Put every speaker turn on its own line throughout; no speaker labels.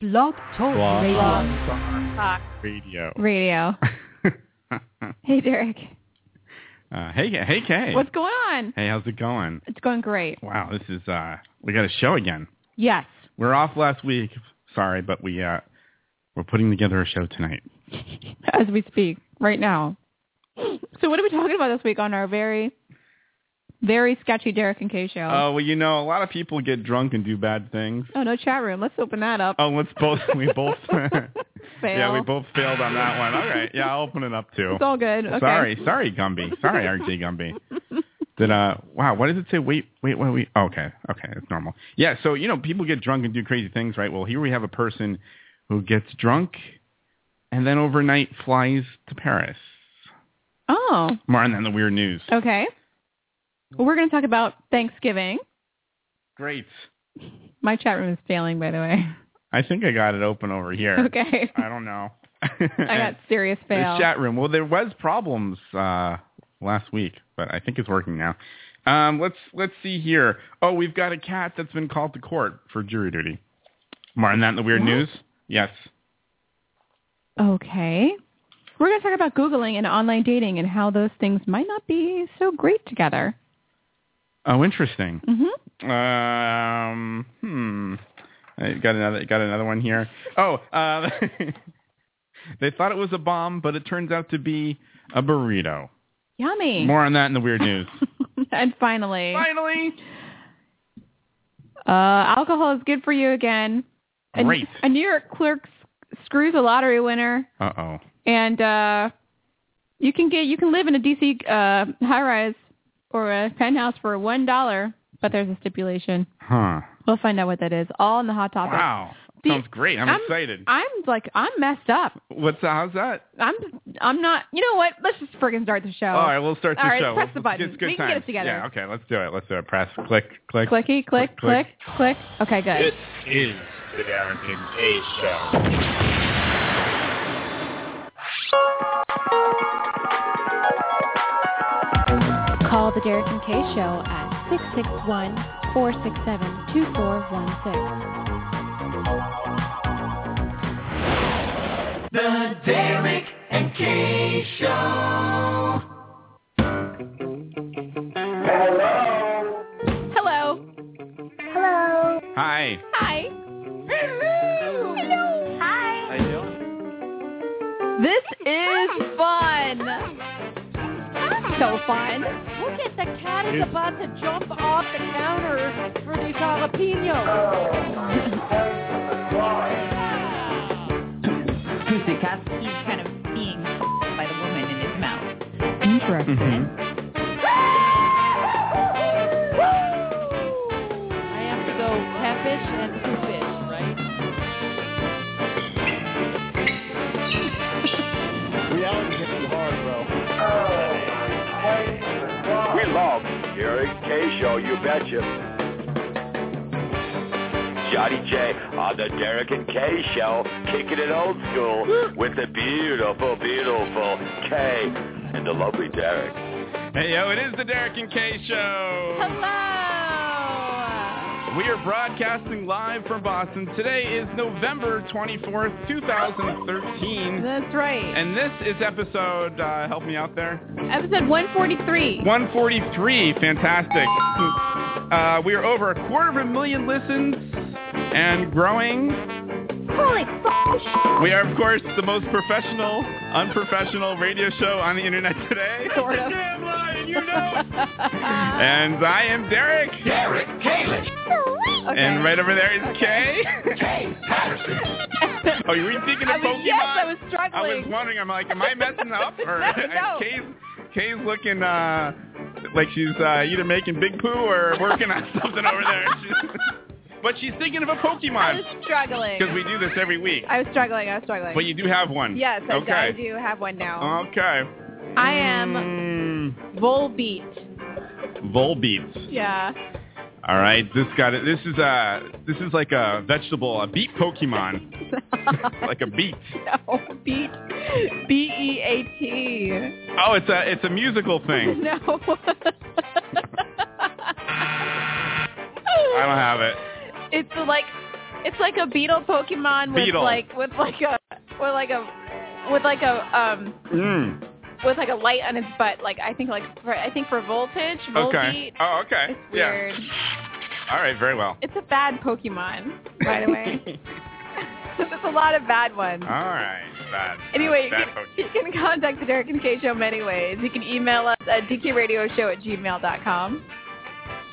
Blog Talk
Blog
Radio.
Talk.
Radio.
Radio. Hey, Derek.
uh, hey, hey, Kay.
What's going on?
Hey, how's it going?
It's going great.
Wow, this is uh, we got a show again.
Yes.
We're off last week. Sorry, but we uh, we're putting together a show tonight.
As we speak right now. So what are we talking about this week on our very, very sketchy Derek and Kay show?
Oh well, you know, a lot of people get drunk and do bad things.
oh, no chat room. Let's open that up.
Oh, let's both we both yeah
Fail.
we both failed on that one. All right, yeah, I'll open it up too.
It's all good. Okay.
Sorry, sorry, Gumby. Sorry, RJ Gumby. Did uh wow, what does it say? Wait, wait, wait, wait. Oh, okay, okay, it's normal. Yeah, so you know, people get drunk and do crazy things, right? Well, here we have a person who gets drunk and then overnight flies to Paris.
Oh,
More on that in the weird news.
okay. Well, we're going to talk about Thanksgiving.
Great.
My chat room is failing, by the way.
I think I got it open over here.
Okay.
I don't know.
I got serious
the
fail.
Uh, chat room. Well, there was problems uh, last week, but I think it's working now. Um, let's let's see here. Oh, we've got a cat that's been called to court for jury duty. Martin, that in the weird
What?
news? Yes.
Okay. We're going to talk about Googling and online dating and how those things might not be so great together.
Oh, interesting.
Mm-hmm.
Um, hmm. I got another got another one here. Oh, uh, they thought it was a bomb, but it turns out to be a burrito.
Yummy.
More on that in the weird news.
and finally,
Finally,
uh, alcohol is good for you again. A,
Great.
A New York clerk s- screws a lottery winner,
uh oh.
and uh, you can get you can live in a DC uh, high rise or a penthouse for one dollar, but there's a stipulation.
Huh.
We'll find out what that is. All in the hot topic.
Wow.
The-
Sounds great. I'm,
I'm-
excited.
I'm like I'm messed up.
What's that? How's that?
I'm I'm not. You know what? Let's just friggin' start the show.
All right, we'll start the
Oh. All right,
show.
press the
It's-
button.
It's good
We can get
times.
it together.
Yeah, okay, let's do it. Let's do it. Press, click, click.
Clicky, click,
Click, click.
click, click. Okay, good.
is the Darren and Kay Show.
Call the Derek and Kay Show at 661 467 2416.
Hello.
Hi.
Hi. Hello. Hello. Hi.
you doing?
This is fun. So fun. Look at the cat is about to jump off the counter for the jalapeno. Oh.
Pussycat. He's kind of being by the woman in his mouth.
Mm-hmm.
I have to go peppish and poopish, right?
We love Gary K Show, you betcha. Johnny J on the Derek and K Show, kicking it old school with the beautiful, beautiful K and the lovely Derek.
Hey, yo, it is the Derek and Kay Show.
Hello.
We are broadcasting live from Boston. Today is November 24th, 2013.
That's right.
And this is episode, uh, help me out there,
Episode 143.
143. Fantastic. Uh, we are over a quarter of a million listens and growing.
Holy
We are, of course, the most professional, unprofessional radio show on the internet today.
Sort of.
Damn lying, you know. and I am Derek. Derek Kalish.
Okay.
And right over there is
Okay.
Kay. Kay Patterson. oh, you were thinking of
I was,
Pokemon?
yes, I was
I was
struggling.
wondering. I'm like, am I messing up? Or
No, no.
Kay's, Kay's looking uh, like she's uh, either making big poo or working on something over there. She's- but she's thinking of a
I
Pokemon
was struggling.
because we do this every week.
I was struggling. I was struggling.
But you do have one.
yes, I, do,
okay.
I do have one now.
Okay.
I am
Mm,
Volbeat.
Hmm. Volbeats.
Yeah.
All right, this got it. This is a this is like a vegetable, a beet Pokemon, like a beet.
no, beat. B E A T.
Oh, it's a it's a musical thing.
No.
I don't have it.
It's the, like It's like a beetle Pokemon with
Beetle.
like with like a with like a with like a um
Mm.
with like a light on its butt. Like I think like for, I think for voltage,
Okay.
voltage.
Oh, okay.
It's
Yeah.
weird.
All right. Very well.
It's a bad Pokemon, by the way. There's a lot of bad ones.
All right. Bad.
Anyway,
Ah, bad
you, can, you can contact the Derek and Kay Show many ways. You can email us at dkradioshow at gmail.com.
Pokemon.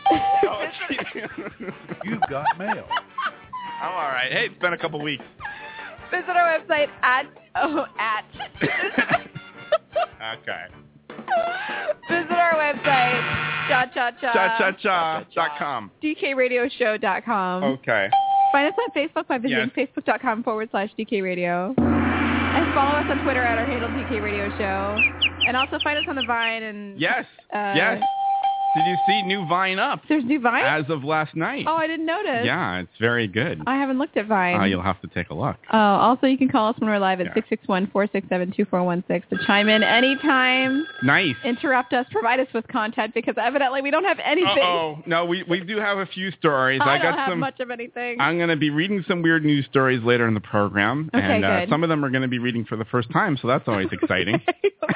Oh, geez.
You've got mail.
I'm all right. Hey, it's been a couple weeks.
Visit our website at, oh, at.
Okay.
Visit our website, cha cha cha,
Cha cha Oh, cha dot com.
dkradioshow.com.
Okay.
Find us on Facebook by visiting
Yes.
facebook.com forward slash dkradio. And follow us on Twitter at our handle DK Radio Show. And also find us on the Vine and
Yes.
Uh,
yes. Did you see new Vine up
there's new Vine?
as of last night?
oh, I didn't notice.
yeah, it's very good.
I haven't looked at Vine.
Uh, you'll have to take a look.
Oh, also you can call us when we're live
Yeah.
at six six one four six seven two four one six to chime in anytime,
Nice.
interrupt us, provide us with content because evidently we don't have anything.
oh. No, we, we do have a few stories.
I,
I,
don't
got
have
some.
much of anything.
I'm going to be reading some weird news stories later in the program,
Okay,
and uh,
good.
some of them are going to be reading for the first time, so that's always exciting.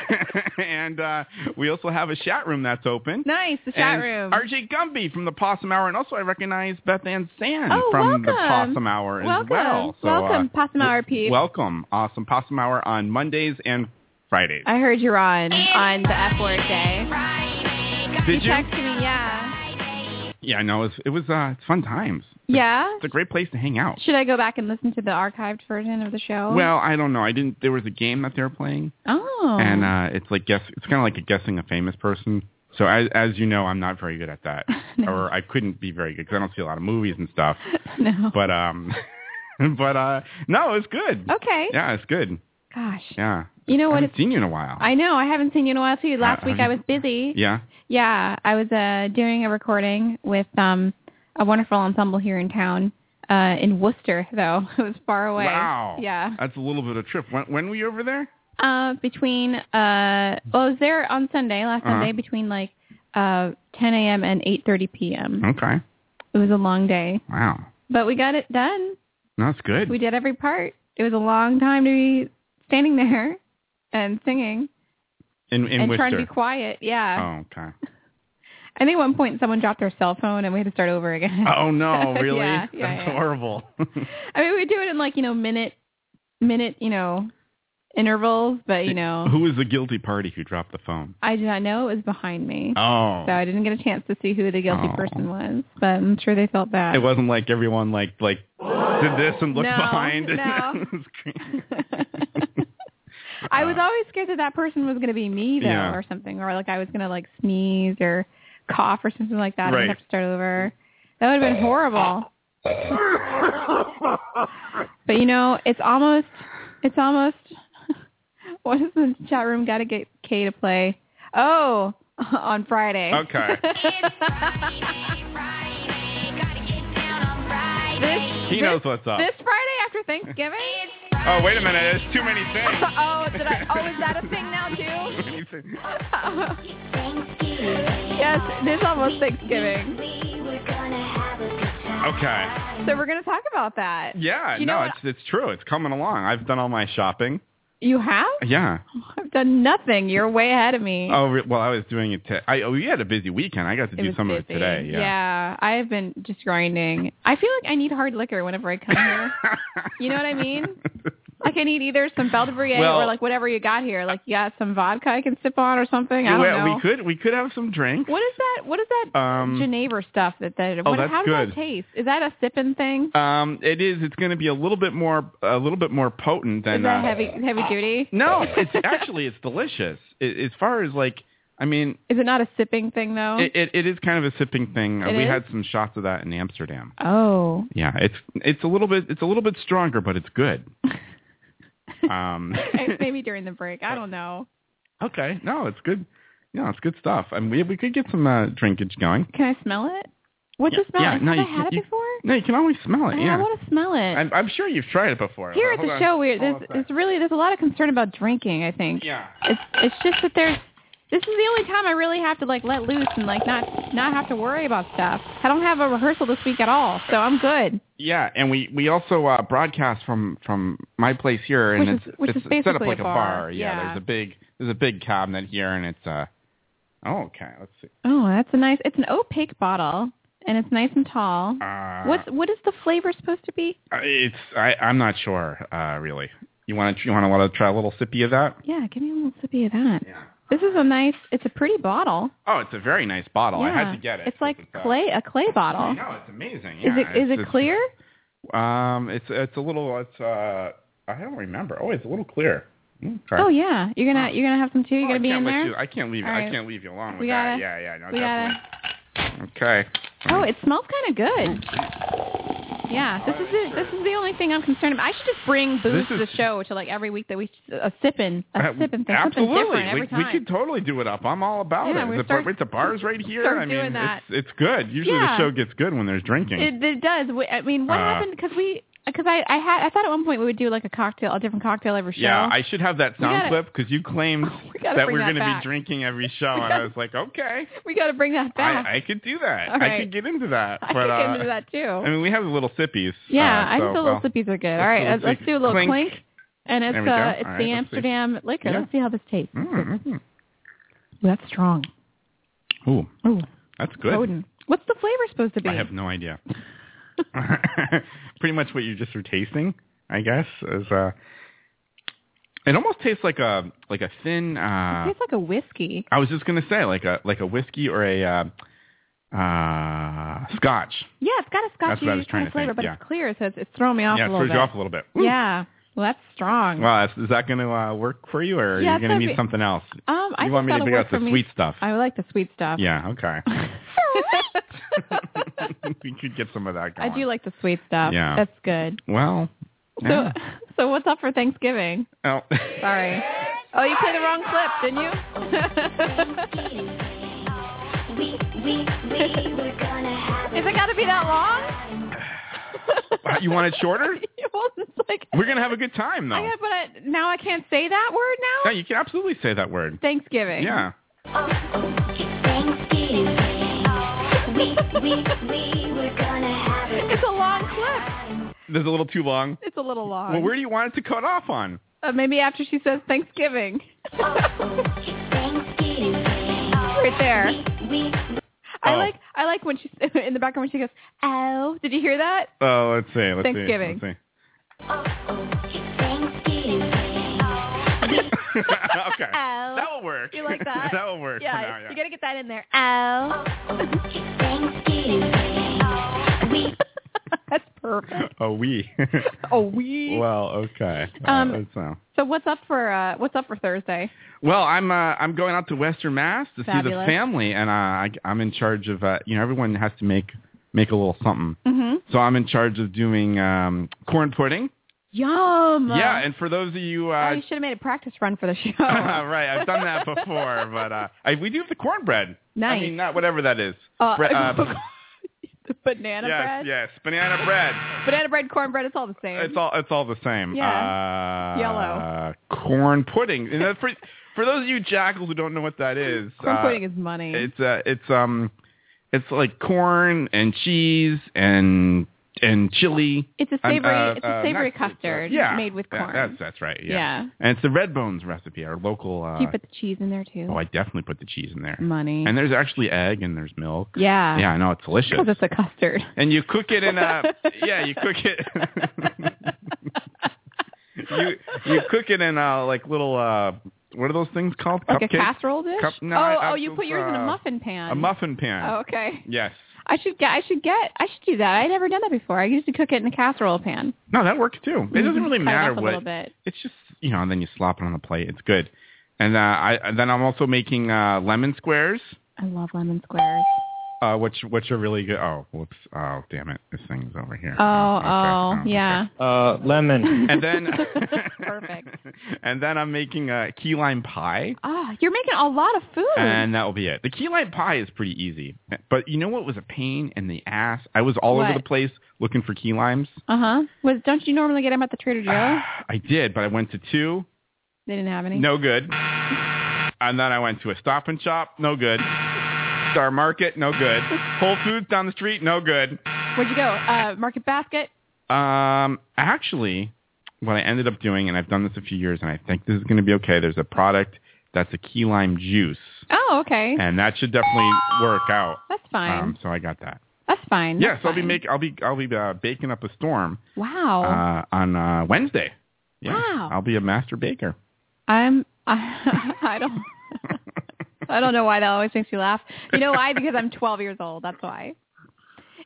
and uh, we also have a chat room that's open.
nice, the chat
And
room.
RJ Gumby from the Possum Hour, and also I recognize Beth Ann Sand
Oh,
from the
welcome.
Possum Hour as
welcome,
well. So, uh,
welcome, Possum Hour
w-
Pete.
Welcome, awesome Possum Hour on Mondays and Fridays.
I heard you're on on the F word day.
Did you?
Text me, yeah,
Yeah, no, it was it was uh, it's fun times.
yeah.
It's a great place to hang out.
Should I go back and listen to the archived version of the show?
Well, I don't know. I didn't. There was a game that they were playing,
oh,
and uh, it's like guess. It's kind of like a guessing a famous person. So as as you know, I'm not very good at that,
No.
or I couldn't be very good because I don't see a lot of movies and stuff.
no,
But um, but uh, no, it's good.
okay,
Yeah, it's good.
gosh,
Yeah.
you know
I
what?
haven't
It's,
seen you in a while.
I know I haven't seen you in a while too. Last
Uh,
week
I-
I was busy.
yeah.
Yeah, I was uh, doing a recording with um, a wonderful ensemble here in town, uh, in Worcester, though. It was far away.
Wow.
Yeah.
That's a little bit of a trip. When, when were you over there?
Uh, between, uh, well, I was there on Sunday, last
Uh-huh.
Sunday, between like uh, 10 a.m. and 8.30 p.m.
Okay.
It was a long day,
Wow.
but we got it done.
That's good.
We did every part. It was a long time to be standing there and singing
in in
and
Worcester.
trying to be quiet. Yeah.
oh, okay.
I think at one point someone dropped their cell phone and we had to start over again.
Oh no, really?
Yeah, yeah,
That's
yeah.
horrible.
I mean, we do it in like you know minute, minute you know intervals, but you know,
who was the guilty party who dropped the phone?
I do not know it was behind me,
Oh.
so I didn't get a chance to see who the guilty
Oh.
person was. But I'm sure they felt bad.
it wasn't like everyone like like did this and looked
No,
behind.
no.
Scream.
I was always scared that that person was going to be me though,
Yeah.
or something, or like I was going to like sneeze or cough or something like that. and
Right.
have to start over. That would have been horrible. but you know, it's almost, it's almost. what does the chat room got to get Kay to play? Oh, on Friday.
okay.
This,
He
this-
knows what's up.
This Friday after Thanksgiving.
oh wait a minute, there's too many things.
oh, did I? Oh, is that a thing now too?
Too many things.
yes, there's almost Thanksgiving.
Okay.
So we're going to talk about that.
Yeah,
You know
no,
what-
it's it's true. It's coming along. I've done all my shopping.
You have?
Yeah.
I've done nothing. You're way ahead of me.
Oh, re- well, I was doing it. T- I oh, we had a busy weekend. I got to
It
do
was
some of it
busy.
today. Yeah.
I have been just grinding. I feel like I need hard liquor whenever I come here. Uh-huh. You know what I mean? like I need either some Belvedere
Well-
or like whatever you got here. Like you got some vodka I can sip on or something. I don't
well,
know.
we could we could have some drinks.
what is that? What is that
Um,
Geneva stuff that that?
Oh,
what,
that's
how does
good.
that taste? Is that a sipping thing?
um, it is. It's going to be a little bit more a little bit more potent than
is that
uh,
heavy heavy duty?
No, it's actually it's delicious. It, as far as like, I mean,
Is it not a sipping thing though?
it, it, it is kind of a sipping thing.
Oh. It
we
is?
had some shots of that in Amsterdam.
oh,
Yeah, it's it's a little bit it's a little bit stronger, but it's good. Um,
maybe during the break. I don't know.
Okay. No, it's good. No, it's good stuff. I mean, we we could get some uh, drinkage going.
Can I smell it? What's
Yeah,
the smell?
yeah,
Have
no,
I
you-
had
you-
it before?
No, you can always smell it.
I- I,
yeah.
want to smell it.
I'm, I'm sure you've tried it before.
Here at
but
the
hold on.
show, we're,
Hold on
there's,
a sec.
there's really there's a lot of concern about drinking. I think
Yeah.
it's it's just that there's This is the only time I really have to like let loose and like not not have to worry about stuff. I don't have a rehearsal this week at all, so I'm good.
Yeah, and we we also uh, broadcast from from my place here, and
Which is-
it's
which
it's
is
set up
basically
like
a
a
bar,
Yeah,
yeah.
there's a big there's a big cabinet here, and it's uh oh okay, let's see.
Oh, that's a nice. It's an opaque bottle, and it's nice and tall.
Uh,
What's what is the flavor supposed to be?
it's I I'm not sure uh really. You want to you want to want to try a little sippy of that?
Yeah, give me a little sippy of that.
Yeah.
This is a nice. It's a pretty bottle.
Oh, it's a very nice bottle. I had
Yeah.
to get it.
It's like
uh,
clay a clay
I
bottle.
know it's amazing.
Is
Yeah,
it is
it's-
it
it's-
clear?
Um, it's it's a little it's uh I don't remember. Oh, it's a little clear. Mm, Okay.
Oh yeah, you're gonna you're gonna have some too. You're
Oh, I
gonna be
can't
in
let
there.
You, I can't leave.
All
I
right.
can't leave you alone with
We
that.
gotta-
Yeah, yeah, no,
we gotta-
definitely. Okay.
Oh, it smells kind of good. Yeah, this is it. This is the only thing I'm concerned about. I should just bring booze
This
to
is-
the show to like every week that we a sipping a
Uh,
sipping thing, something
absolutely.
different every
we,
time.
we could totally do it up. I'm all about
Yeah,
it.
we
The,
start-
bar, the bars right here.
start
I mean,
doing that.
It's, it's good. Usually
Yeah.
the show gets good when there's drinking.
It, it does. We- I mean, what
Uh,
happened? Because we, because I, I had, I thought at one point we would do like a cocktail, a different cocktail every show.
yeah, I should have that
We
sound
gotta-
clip because you claimed
we gotta
that
bring
we're
that
gonna
back.
be drinking every show,
We
and I
gotta-
was like, okay,
we got to bring that back.
I, I could do that.
All
I
right.
could get into that.
I
but
could
uh,
get into that too.
I mean, we have the little sippies.
yeah,
uh,
I
so,
think the
well,
little sippies are good. All
let's do
right,
a
let's, let's
sip-
do a little
clink.
clink, and it's
There we go.
uh, it's
All right,
the
let's see.
Amsterdam liquor.
Yeah.
Let's see how this tastes.
Mm, mm,
That's strong.
mm. Ooh,
Ooh,
that's good.
Odin. What's the flavor supposed to be?
I have no idea. Pretty much what you just were tasting, I guess, is uh it almost tastes like a like a thin
it
uh
tastes like a whiskey.
I was just gonna say like a like a whiskey or a uh uh scotch.
Yeah, it's got a
That's
scotchy
what I was trying
kind
to
of flavor,
think,
but
yeah.
it's clear, so it's, it's throwing me off
yeah,
a
it
little
throws
bit.
you off a little bit. Ooh.
Yeah, well, that's strong.
Well, is, is that gonna uh work for you or
Yeah,
you're
it's
gonna
gonna
need
be-
something else?
um, I
you
think
want me to
that'll
bring
work
out
for
the
me.
sweet stuff.
I like the sweet stuff.
Yeah, okay. we could get some of that
I
going.
do like the sweet stuff.
Yeah.
That's good.
Well
So
yeah.
so what's up for Thanksgiving?
Oh.
Sorry. Oh, you played the wrong clip, didn't you?
We, we, we were gonna have
Is it got to be that long?
Uh, you want it shorter?
well, it's like
We're gonna have a good time though.
I gotta, but I, now I can't say that word
No,
now.
you can absolutely say that word.
Thanksgiving.
Yeah.
oh, oh, it's Thanksgiving. We, we, we were gonna have a
It's a long clip.
This is a little too long.
It's a little long.
Well, where do you want it to cut off on?
uh, maybe after she says Thanksgiving.
oh, oh, it's Thanksgiving.
right there.
We,
I
Oh.
like I like when she in the background when she goes, "Oh, did you hear that?"
Oh, let's see. Let's
Thanksgiving.
See, let's
oh, oh, it's Thanksgiving.
see.
Oh.
okay. That will work.
You like that?
that will work.
yeah,
for now, yeah.
you gotta get that in there. Oh.
Oh, oh, it's Thanksgiving. We,
That's perfect.
oh, we.
Oh, we.
well, okay. Uh,
Um,
let's, uh,
So what's up for uh what's up for Thursday?
Well, I'm uh, I'm going out to Western Mass to see the
Fabulous.
family, and uh, I, I'm in charge of uh, you know everyone has to make make a little something.
Mm-hmm.
So I'm in charge of doing um, corn pudding.
Yum.
yeah, and for those of you
oh,
uh,
you should have made a practice run for the show.
right, I've done that before, but uh, I, we do have the cornbread. I
Nice.
mean, not whatever that is.
Uh,
Bre- uh,
the banana
yes,
bread.
yes, banana bread.
Banana bread, cornbread, it's all the same.
It's all it's all the same. Uh,
Yellow.
Corn pudding. And that- for for those of you jackals who don't know what that is,
Corn
uh,
pudding is money.
it's uh, it's um, it's like corn and cheese and and chili.
It's a
and,
savory
uh,
it's
uh,
a savory
nuts.
custard
Yeah,
made with
yeah,
corn.
that's that's right. Yeah.
Yeah.
and it's the Red Bones recipe, our local.
Do you
Uh,
put the cheese in there too?
oh, I definitely put the cheese in there.
money.
And there's actually egg and there's milk.
yeah.
Yeah, I know it's delicious.
Because it's a custard.
And you cook it in a yeah, you cook it. you you cook it in a like little uh what are those things called?
Like a
Cupcakes?
casserole dish?
Cup- no,
oh,
I-
oh,
I-
you put yours in
uh,
a muffin pan.
A muffin pan.
Oh, okay.
Yes.
I should get. I should get. I should do that. I'd never done that before. I usually cook it in a casserole pan.
No, that works too. It doesn't really
Mm-hmm. Cut it
matter
up a
what.
little bit.
It's just you know, and then you slop it on the plate. It's good. And uh, I and then I'm also making uh lemon squares.
I love lemon squares.
Uh, which which are really good. Oh, whoops! Oh, damn it! This thing's over here.
Oh,
okay.
oh,
okay.
yeah.
Uh, lemon.
and then
perfect.
And then I'm making a key lime pie,
Ah, you're making a lot of food.
and that will be it. The key lime pie is pretty easy, but you know what was a pain in the ass? I was all over
What?
the place looking for key limes.
uh huh. Was don't you normally get them
Uh,
at the Trader Joe's?
I did, but I went to two.
They didn't have any.
No good. And then I went to a Stop and Shop, no good. Star Market, no good. Whole Foods down the street, no good.
Where'd you go? Uh, Market Basket.
Um, actually, what I ended up doing, and I've done this a few years, and I think this is going to be okay. There's a product that's a key lime juice,
Oh, okay.
and that should definitely work out.
That's fine.
Um, so I got that.
That's fine.
Yes,
That's
I'll be
fine.
make. I'll be. I'll be uh, baking up a storm
Wow.
uh, on uh, Wednesday. Yeah,
Oh. Wow.
I'll be a master baker.
I'm. I, I don't. I don't know why that always makes me laugh. You know why? Because I'm 12 years old. That's why.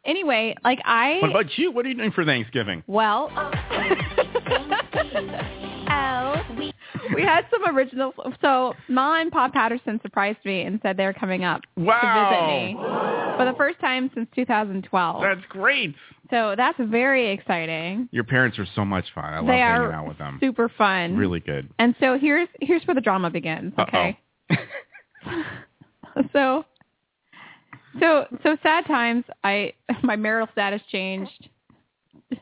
Anyway, like I.
What about you? What are you doing for Thanksgiving?
well. we had some original. So Ma and Pa Patterson surprised me and said they were coming up
Wow.
to visit me for the first time since 2012.
That's great.
so that's very exciting.
Your parents are so much fun. I love
they
hanging
are
out with them.
super fun.
Really good.
And so here's here's where the drama begins. Okay. so so so sad times. I my marital status changed,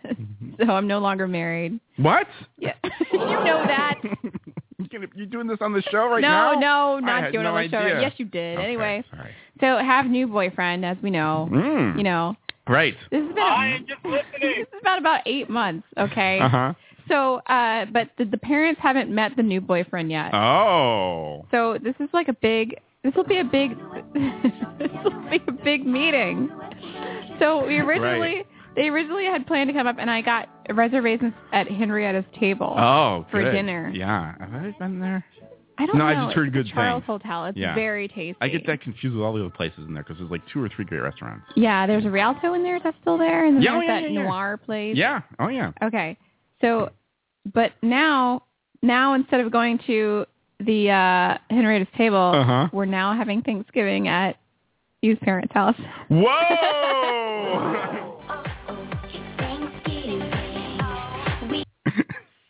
Mm-hmm.
so I'm no longer married.
What?
Yeah, you know that.
you gonna, you doing this on the show right
no,
now?
no,
I
not
had
doing
no
on the show.
idea.
Yes, you did.
Okay,
Anyway,
sorry.
so have new boyfriend, as we know.
Mm,
You know,
Right.
this has been.
I am just
this
listening.
has been about eight months. Okay.
Uh huh.
So, uh, but the, the parents haven't met the new boyfriend yet.
Uh. Oh.
So this is like a big. This will be a big. this will be a big meeting. So we originally they originally had planned to come up, and I got reservations at Henrietta's table.
Oh.
For
good.
dinner.
Yeah. Have I been there?
I don't
no,
know.
I just heard
it's the
good things.
Charles Hotel. It's
Yeah.
very tasty.
I get that confused with all the other places in there because there's like two or three great restaurants.
Yeah, there's a Rialto in there. Is that still there? And then
Yeah, oh,
there's
yeah,
that
yeah, yeah.
noir place.
Yeah. Oh yeah.
Okay. So, but now, now instead of going to the uh, Henrietta's table,
Uh huh.
we're now having Thanksgiving at Yu's parents' house.
Whoa.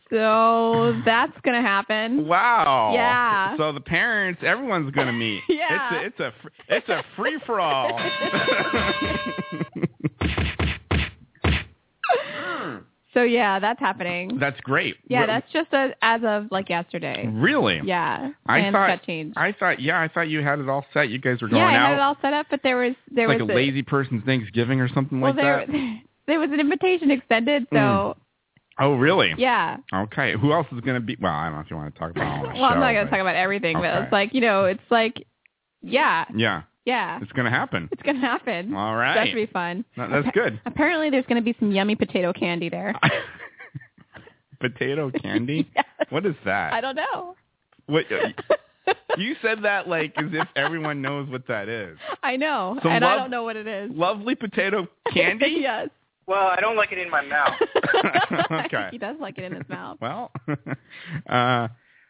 So that's gonna happen.
Wow.
Yeah.
So the parents, everyone's gonna meet.
Yeah.
It's a, it's a fr- it's a free for all.
So yeah, that's happening.
That's great.
yeah,
Wha-
that's just as, as of like yesterday.
really.
Yeah,
Mm-hmm. I
plans
thought-
got changed.
I thought yeah, I thought you had it all set. You guys were going
yeah, I
out.
had it all set up, but there was there
like
was
a lazy person's Thanksgiving or something
well,
like
there,
that.
there was an invitation extended, so
Mm. Oh, really?
yeah.
Okay. Who else is going to be? Well, I don't know if you want to talk about all that.
well, I'm not going to talk about everything, but
Okay.
it's like, you know, it's like, yeah,
Yeah,
yeah,
it's going to happen.
it's going to happen.
All
So That should
right.
be fun.
No, That's good.
Apparently, there's going to be some yummy potato candy there.
Potato candy?
Yes.
What is that?
I don't know.
What, you said that like as if everyone knows what that is.
I know,
Some
and I
love-
don't know what it is.
Lovely potato candy?
yes.
Well, I don't like it in my mouth.
I
Okay.
think he does like it in his mouth.
Well, uh,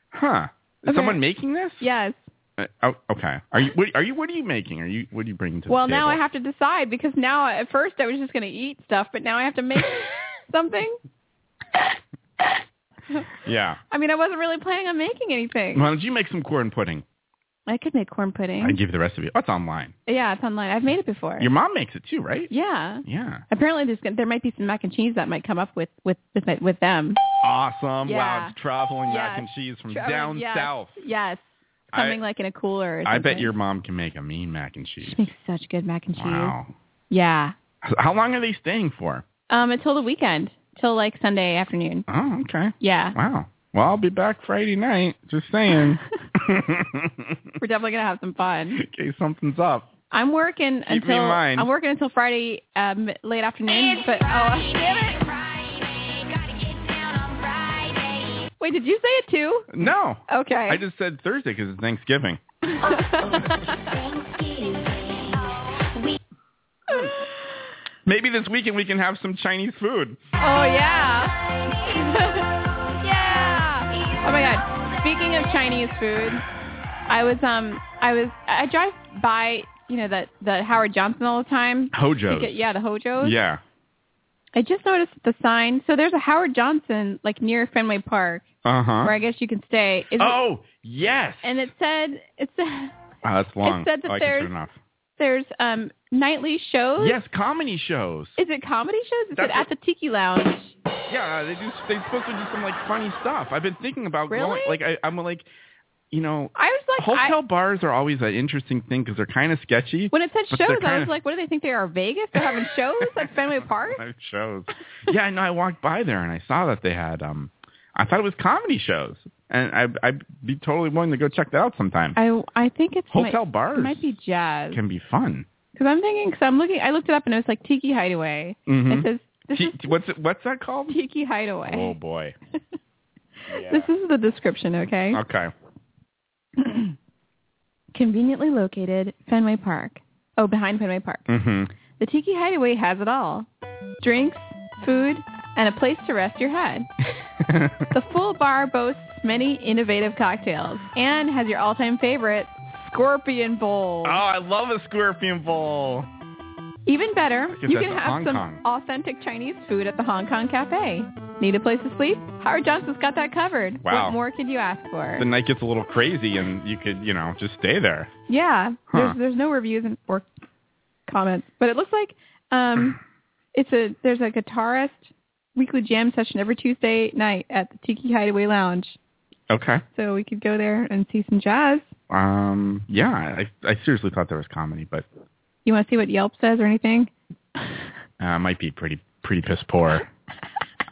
huh. Is
Okay.
someone making this?
Yes.
Uh, oh, okay. Are you? What are you? What are you making? Are you? What are you bringing to the
Well,
table?
now I have to decide because now at first I was just going to eat stuff, but now I have to make something.
Yeah.
I mean, I wasn't really planning on making anything.
Why don't you make some corn pudding?
I could make corn pudding.
I give you the recipe. Oh, it's online.
yeah, it's online. I've made it before.
Your mom makes it too, right?
yeah.
Yeah.
Apparently, there's gonna, there might be some mac and cheese that might come up with with with, my- with them.
Awesome. Wow,
Yeah.
it's traveling
Yeah.
mac and cheese from
Traveling-
down
yes.
south.
Yes, something like in a cooler. Or
I bet
something.
your mom can make a mean mac and cheese.
She makes such good mac and cheese.
Wow.
Yeah.
How long are they staying for?
Um, until the weekend, till like Sunday afternoon.
Oh, okay.
Yeah.
Wow. Well, I'll be back Friday night. Just saying.
We're definitely gonna have some fun.
In case something's up.
I'm working
me in
until
mind.
I'm working until Friday um, late afternoon. but oh, wait, did you say it too?
No.
Okay.
I just said Thursday because it's Thanksgiving. Maybe this weekend we can have some Chinese food.
Oh yeah. yeah. Oh my god. Speaking of Chinese food, I was um I was I drive by, you know, that the Howard Johnson all the time. To
Hojo's.
get, yeah, the Hojo's.
Yeah.
I just noticed the sign. So there's a Howard Johnson like near Fenway Park where
Uh huh.
I guess you can stay. Is it,
Oh yes.
and it said it said
wow, that's long.
said that
oh, I can
there's-
turn it off.
there's um nightly shows.
Yes, comedy shows.
Is it comedy shows? Is
That's
it at the Tiki Lounge?
Yeah, they do. They're supposed to do some like funny stuff. I've been thinking about
Really?
going. Like I, I'm like, you know,
I was like, I-
hotel bars are always an interesting thing because they're kind of sketchy.
when it said
But they're
shows, I
kinda-
was like, what do they think they are? Vegas? They're having shows at Fenway Park?
Live shows. Yeah, I know. I walked by there and I saw that they had. um I thought it was comedy shows, and I, I'd be totally willing to go check that out sometime.
I I think it's
Hotel
might,
bars
it might be jazz
can be fun.
because I'm thinking because I'm looking I looked it up and it was like Tiki Hideaway. It
Mm-hmm.
says this is
what's it, what's that called?
Tiki Hideaway.
Oh boy. Oh, Yeah.
This is the description, okay?
Okay.
Conveniently located Fenway Park. Oh, behind Fenway Park.
hmm
The Tiki Hideaway has it all. Drinks, food, and a place to rest your head. The full bar boasts many innovative cocktails and has your all-time favorite, Scorpion Bowl.
oh, I love a scorpion bowl.
Even better,
Get
you
that
can
to
have
Hong
some
Kong.
authentic Chinese food at the Hong Kong Cafe. Need a place to sleep? Howard Johnson's got that covered.
Wow.
What more could you ask for?
The night gets a little crazy, and you could, you know, just stay there.
Yeah,
Huh.
there's there's no reviews and or comments, but it looks like um, it's a there's a guitarist weekly jam session every Tuesday night at the Tiki Hideaway Lounge,
Okay.
so we could go there and see some jazz.
Um. Yeah. I I seriously thought there was comedy, but
You want to see what Yelp says or anything?
uh, it might be pretty pretty piss poor.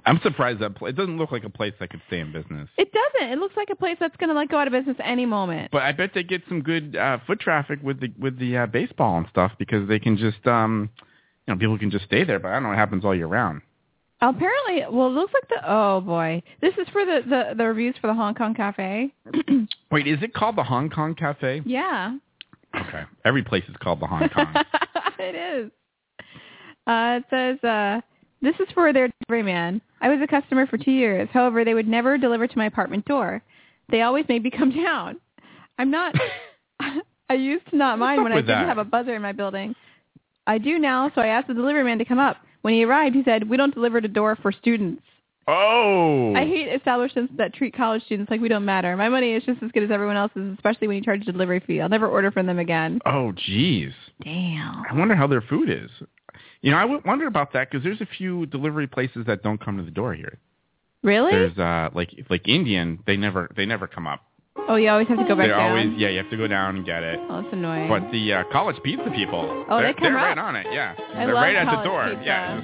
I'm surprised that pla it doesn't look like a place that could stay in business.
It doesn't. It looks like a place that's going to like go out of business any moment.
But I bet they get some good uh, foot traffic with the with the uh, baseball and stuff because they can just um, you know, people can just stay there. But I don't know what happens all year round.
Apparently, well, it looks like the oh boy, this is for the the, the reviews for the Hong Kong Cafe.
Wait, is it called the Hong Kong Cafe?
Yeah.
Okay, every place is called the Hong Kong.
it is. Uh, it says, uh, this is for their delivery man. I was a customer for two years. However, they would never deliver to my apartment door. They always made me come down. I'm not, I used to not mind
up
when I
with
didn't
that?
have a buzzer in my building. I do now, so I asked the delivery man to come up. When he arrived, he said, we don't deliver to door for students.
oh,
I hate establishments that treat college students like we don't matter. My money is just as good as everyone else's, especially when you charge a delivery fee. I'll never order from them again.
oh, jeez.
Damn.
I wonder how their food is. You know, I would wonder about that because there's a few delivery places that don't come to the door here.
Really?
There's uh, like like Indian, they never they never come up.
Oh, you always have to go back
They're
down.
always yeah, you have to go down and get it.
oh, that's annoying.
But the uh, college pizza people,
Oh, they
they're,
come
they're right
up.
on it. Yeah,
I
they're
love
right at the
college
door.
pizza.
Yeah.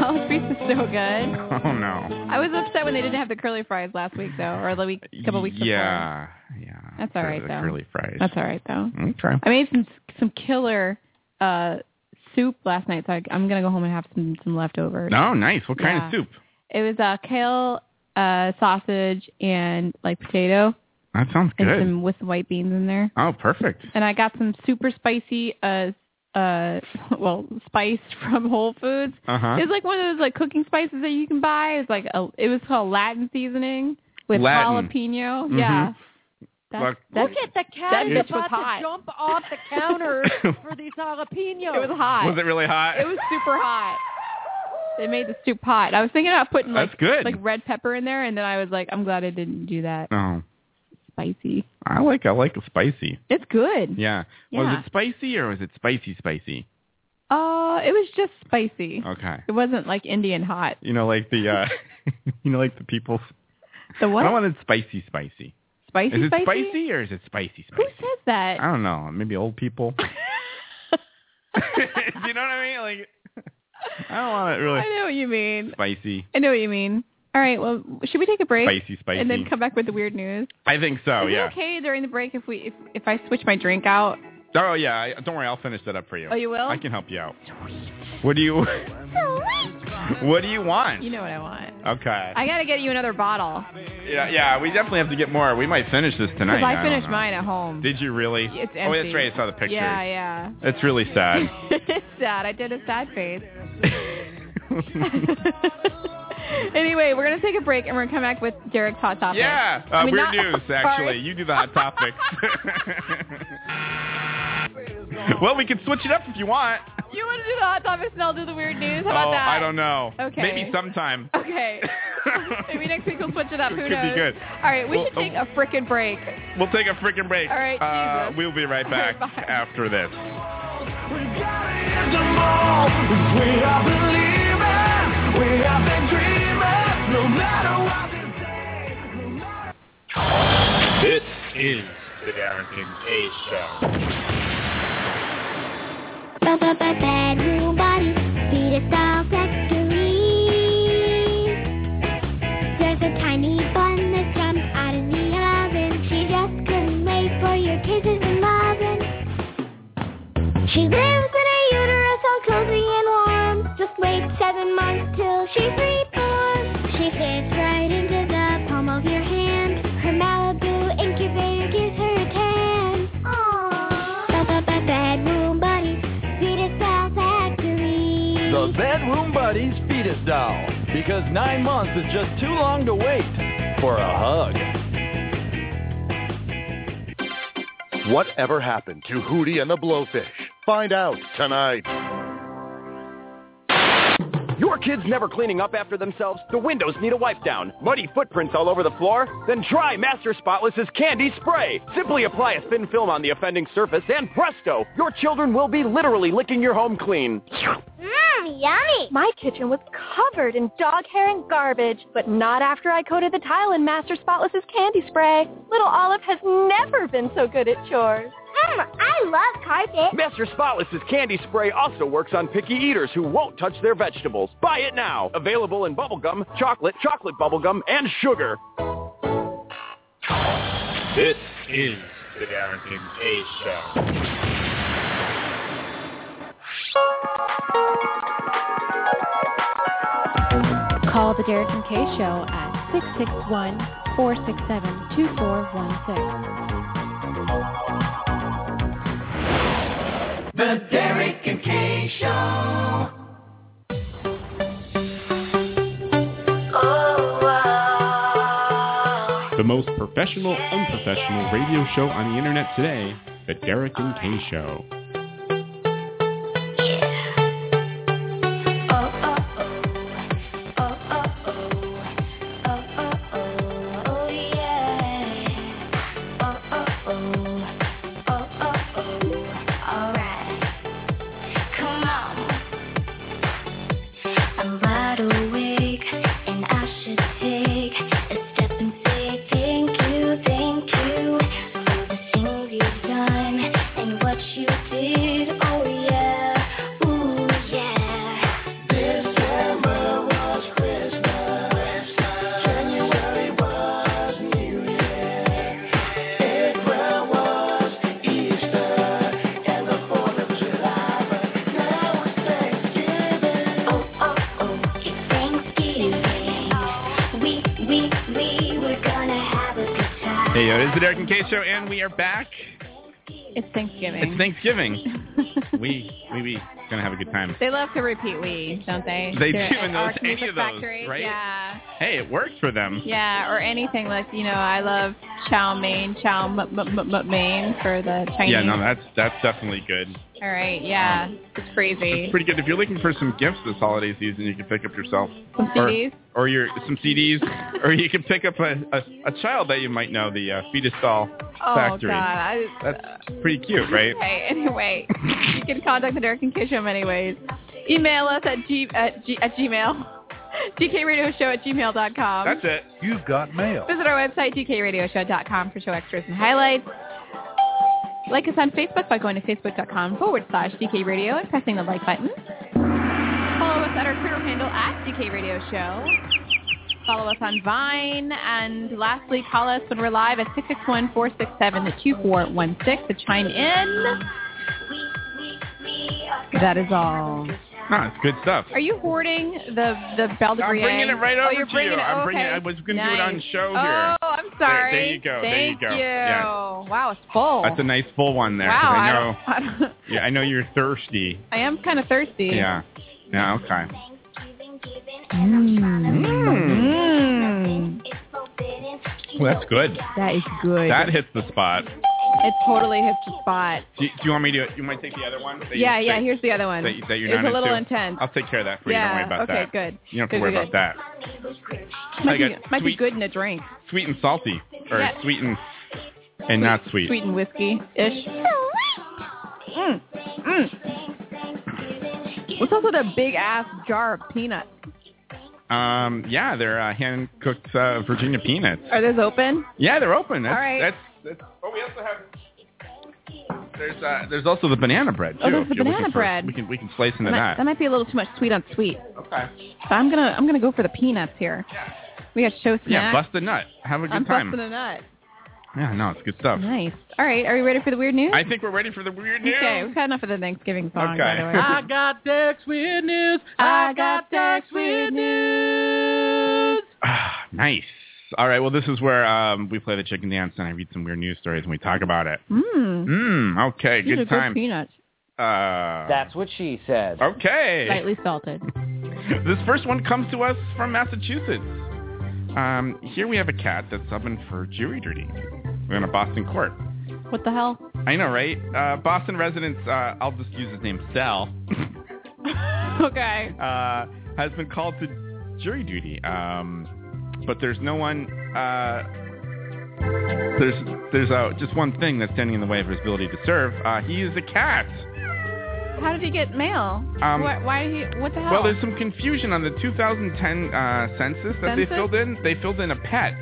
College pizza's so good.
Oh no.
I was upset when they didn't have the curly fries last week, though, or the week, couple weeks before.
yeah, yeah.
That's all
Cur-
right,
the
though.
Curly fries.
That's all right, though.
okay.
I made some some killer uh, soup last night, so I, I'm going to go home and have some, some leftovers.
No, Oh, nice. What kind
Yeah.
of soup?
It was uh, kale, uh, sausage, and like potato,
That sounds
and
good.
some with white beans in there.
Oh, perfect.
and I got some super spicy uh uh well spice from Whole Foods.
Uh huh.
It's like one of those like cooking spices that you can buy. It's like a it was called Latin seasoning with
Latin.
jalapeno.
Mhm.
Yeah. That,
Look-
that,
Look at the
that
cat is
bitch was
about
hot.
to jump off the counter for these jalapenos.
it was hot.
Was it really hot?
It was super hot. They made the soup hot. I was thinking about putting like
That's good.
like red pepper in there, and then I was like, I'm glad I didn't do that.
oh,
Spicy.
I like I like spicy.
It's good.
Yeah. Was
Yeah.
it spicy or was it spicy spicy?
Uh, it was just spicy.
Okay.
It wasn't like Indian hot.
You know, like the uh, you know, like the people.
The what?
I wanted spicy spicy.
Spicy,
is it
spicy.
or is it spicy
Who
spicy?
says that?
I don't know. Maybe old people. Do you know what I mean? Like, I don't want it really
I know what you mean.
spicy,
I know what you mean. All right. Well, should we take a break
spicy, spicy.
and then come back with the weird news?
I think so.
Is
yeah.
it okay during the break if we if, if I switch my drink out?
Oh yeah. I, don't worry. I'll finish that up for you.
Oh, you will.
I can help you out. What do you What do you want?
You know what I want.
okay.
I gotta get you another bottle
yeah, yeah. We definitely have to get more. We might finish this tonight.
because I
don't
finished
know.
mine at home.
Did you really?
It's
Oh, that's
empty.
right. I saw the picture.
yeah, yeah.
That's really sad.
it's sad. I did a sad face. anyway, we're gonna take a break and we're gonna come back with Derek's hot topic.
yeah. Uh,
I mean,
weird
not-
news,
sorry.
actually. You do the hot topics. well, we can switch it up if you want.
You want to do the hot topics and I'll do the weird news? How about
oh,
that?
I don't know.
Okay.
Maybe sometime.
Okay. Maybe next week we'll switch it up. Who
Could be
knows?
good.
All right, we
Well,
should take
oh.
a frickin' break.
We'll take a freaking break.
All right,
Uh,
Jesus.
we'll be right back
Bye.
after this.
is the Derek and Kay Show.
Bedroom body, Peter Style Factory. There's a tiny bun that comes out of the oven. She just couldn't wait for your kisses and loving. She lives in a uterus all cozy and warm. Just wait seven months till she's reborn. She fits right into the palm of your hand. Her Malibu incubator gives her a tan. Aww. Bedroom buddy, Venus Bell Factory.
The Bedroom Buddies Fetus Doll. Because nine months is just too long to wait for a hug.
Whatever happened to Hootie and the Blowfish? Find out tonight.
Your kids never cleaning up after themselves? The windows need a wipe down. Muddy footprints all over the floor? Then try Master Spotless's Candy Spray. Simply apply a thin film on the offending surface and presto, your children will be literally licking your home clean.
Mmm, yummy.
My kitchen was covered in dog hair and garbage, but not after I coated the tile in Master Spotless's candy spray. Little Olive has never been so good at chores.
Mmm, I love carpet.
Master Spotless's candy spray also works on picky eaters who won't touch their vegetables. Buy it now. Available in bubblegum, chocolate, chocolate bubblegum, and sugar.
This is the Derek and Kay Show.
Call the Derek and Kay Show at 661-467-2416.
The Derek and Kay Show. Oh, wow.
The most professional, unprofessional radio show on the internet today, The Derek and Kay Show.
Oh, oh, oh. Oh, oh, oh. Oh, oh, oh. Oh, yeah. Oh, oh, oh. Oh, oh, oh. All right. Come on. I'm wide awake, and I should take a step and say thank you, thank you for the things you've done and what you did. Oh yeah, ooh yeah. December was Christmas. January was New Year. April was Easter, and the Fourth of July. But now it's Thanksgiving. Oh oh oh, it's Thanksgiving. We we we were gonna have a good time.
Hey, yo, this is the Derek and Kay Show, and we are back.
It's Thanksgiving.
It's Thanksgiving. We, we, we gonna have a good time.
they love to repeat we, don't they?
They
They're
do
at
in those-
Arc
any
Music
of those,
Factory.
right?
Yeah.
Hey, it worked for them.
Yeah, or anything like, you know, I love chow mein, chow m- m- m- m- mein for the Chinese.
Yeah, no, that's that's definitely good.
All right, yeah. It's crazy.
It's pretty good. If you're looking for some gifts this holiday season, you can pick up yourself
Some
or,
CDs?
or your some CDs, or you can pick up a, a, a child that you might know, the uh, fetus doll
oh,
factory.
God. I,
That's pretty cute, right?
Okay, anyway, you can contact the Derek and Kish Show many ways. Email us at, g- at, g- at gmail, dkradioshow at gmail.com.
That's it.
You've got mail.
Visit our website, dkradioshow.com, for show extras and highlights. Like us on Facebook by going to facebook.com forward slash dkradio and pressing the like button. Follow us at our Twitter handle at dkradioshow. Follow us on Vine. And lastly, call us when we're live at 661-467-2416 to chime in. That is all.
No, it's good stuff.
Are you hoarding the, the
I'm
Belvedere?
bringing it right
oh,
over
you're
to
bringing
you.
It,
I'm bringing.
okay.
I was going to do
Nice.
it on show here.
Oh, I'm sorry.
there you go, there you
Thank
go.
you.
Yes.
Wow, it's full.
That's a nice full one there. 'cause
wow.
I
I
know.
don't- I, don't-
yeah, I know you're thirsty.
I am kind of thirsty.
Yeah. Yeah. Okay. Mm.
Mm.
Well, that's good.
That is good.
That hits the spot.
it totally hits the spot.
Do you, do you want me to? You might take the other one. that you-
Yeah, yeah.
that-
Here's the other one.
That, you- that you're
it's
not
a little
into.
intense.
I'll take care of that for
yeah.
you. Don't worry about
okay.
that.
Good.
You don't have
good,
to worry
good,
about that.
good. Might,
I
be,
got
might be
sweet-
good in a drink.
Sweet and salty, or
Yeah.
sweet and and not sweet.
Sweet and whiskey ish. Mm. Mm. What's also the big ass jar of peanuts?
Um, yeah, they're uh, hand cooked uh, Virginia peanuts.
Are those open?
Yeah, they're open. That's,
All right.
That's, that's
Oh, we also have.
There's uh, there's also the banana bread too.
Oh, there's
if
the
you're
banana
looking for-
bread.
We can we can slice into
that, might,
that.
that might be a little too much sweet on sweet.
Okay.
So I'm gonna I'm gonna go for the peanuts here. We got show snacks.
Yeah, bust a nut. Have a good
I'm
time.
busting a nut.
Yeah, no, it's good stuff.
Nice. All right, are you ready for the weird news?
I think we're ready for the weird news.
Okay, we've had enough of the Thanksgiving song, by
Okay.
the way.
I
got Dex weird news. I got Dex weird news.
Nice. All right. Well, this is where um, we play the chicken dance and I read some weird news stories and we talk about it.
Mmm.
Mm, okay.
These are
Good time.
peanuts.
Uh,
That's what she said.
okay.
Slightly salted.
This first one comes to us from Massachusetts. Um, here we have a cat that's summoned for jury duty in a Boston court.
What the hell?
I know, right? Uh, Boston residents, uh, I'll just use his name, Sal.
okay.
uh, has been called to jury duty. Um, but there's no one. Uh, there's there's uh, just one thing that's standing in the way of his ability to serve. Uh, he is a cat.
How did he get mail?
Um,
why, why did he? What the hell?
Well, there's some confusion on the 2010 uh, census that
Census?
they filled in. They filled in a pet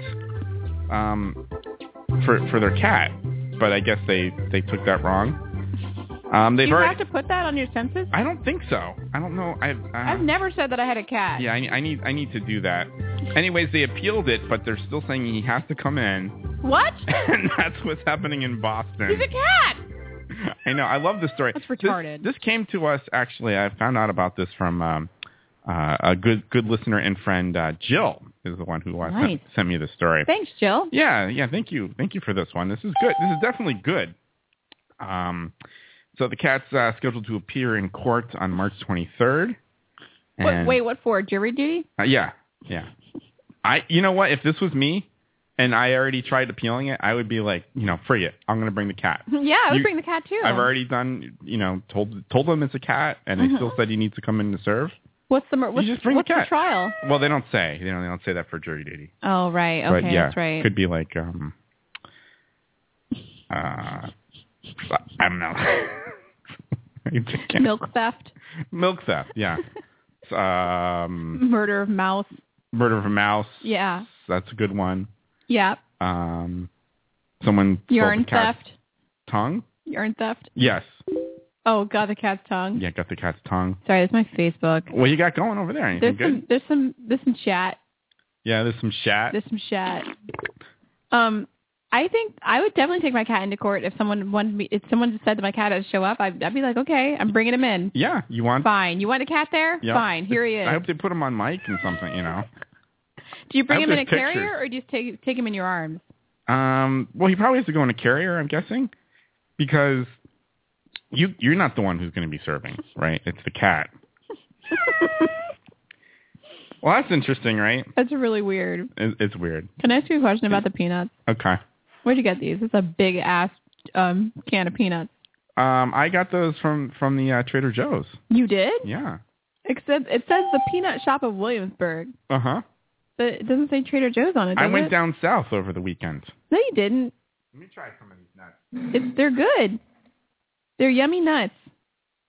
um, for for their cat, but I guess they they took that wrong. Um, they've
you
already.
have to put that on your census.
I don't think so. I don't know. I've uh,
I've never said that I had a cat.
Yeah, I, I need I need to do that. Anyways, they appealed it, but they're still saying he has to come in,
What?
and that's what's happening in Boston.
He's a cat.
I know. I love the story. That's
retarded.
This, this came to us actually. I found out about this from um, uh, a good good listener and friend, uh, Jill, is the one who uh,
Nice.
sent, sent me the story.
Thanks, Jill.
Yeah, yeah. Thank you, thank you for this one. This is good. This is definitely good. Um, so the cat's uh, scheduled to appear in court on March 23rd.
What,
And-
wait, what for? Jury duty?
uh, yeah, yeah. I, you know what? If this was me, and I already tried appealing it, I would be like, you know, free it. I'm gonna bring the cat.
yeah, I would
You-
bring the cat too.
I've already done, you know, told told them it's a cat, and they
Mhm.
still said he needs to come in to serve.
What's the mur- what's,
just bring the
what's
cat.
trial?
Well, they don't say, you know, they don't say that for jury duty.
Oh right, okay,
but yeah,
that's right.
could be like, um, uh, I don't know. I can't-
Milk theft,
Milk theft, yeah. It's, um,
murder of mouse.
murder of a mouse.
Yeah,
That's a good one.
yeah.
Um, someone stole
Urine
the cat's
theft.
tongue.
Urine theft.
Yes,
Oh god, the cat's tongue.
yeah, got the cat's tongue.
Sorry, that's my Facebook.
What you got going over there?
There's
Anything good?
some, there's some, there's some chat.
yeah, there's some chat.
There's some chat. Um, I think I would definitely take my cat into court if someone wanted me. If someone just said that my cat has to show up, I'd, I'd be like, okay, I'm bringing him in.
yeah, you want?
Fine. You want a cat there?
Yeah.
Fine. Here he is.
I hope they put him on mic and something, you know.
Do you bring
I hope
him in a
there's pictures.
carrier or do you just take take him in your arms?
Um, well, he probably has to go in a carrier, I'm guessing, because you you're not the one who's going to be serving, right? It's the cat. Well, that's interesting, right?
That's really weird.
It, it's weird.
Can I ask you a question about the peanuts?
Okay.
Where'd you get these? It's a big ass um, can of peanuts.
Um, I got those from from the uh, Trader Joe's.
You did?
Yeah.
Except it says the peanut shop of Williamsburg,
Uh huh.
but it doesn't say Trader Joe's on it.
I
does
went
it?
down south over the weekend.
No, you didn't.
Let me try some of these nuts.
It's, they're good. They're yummy nuts,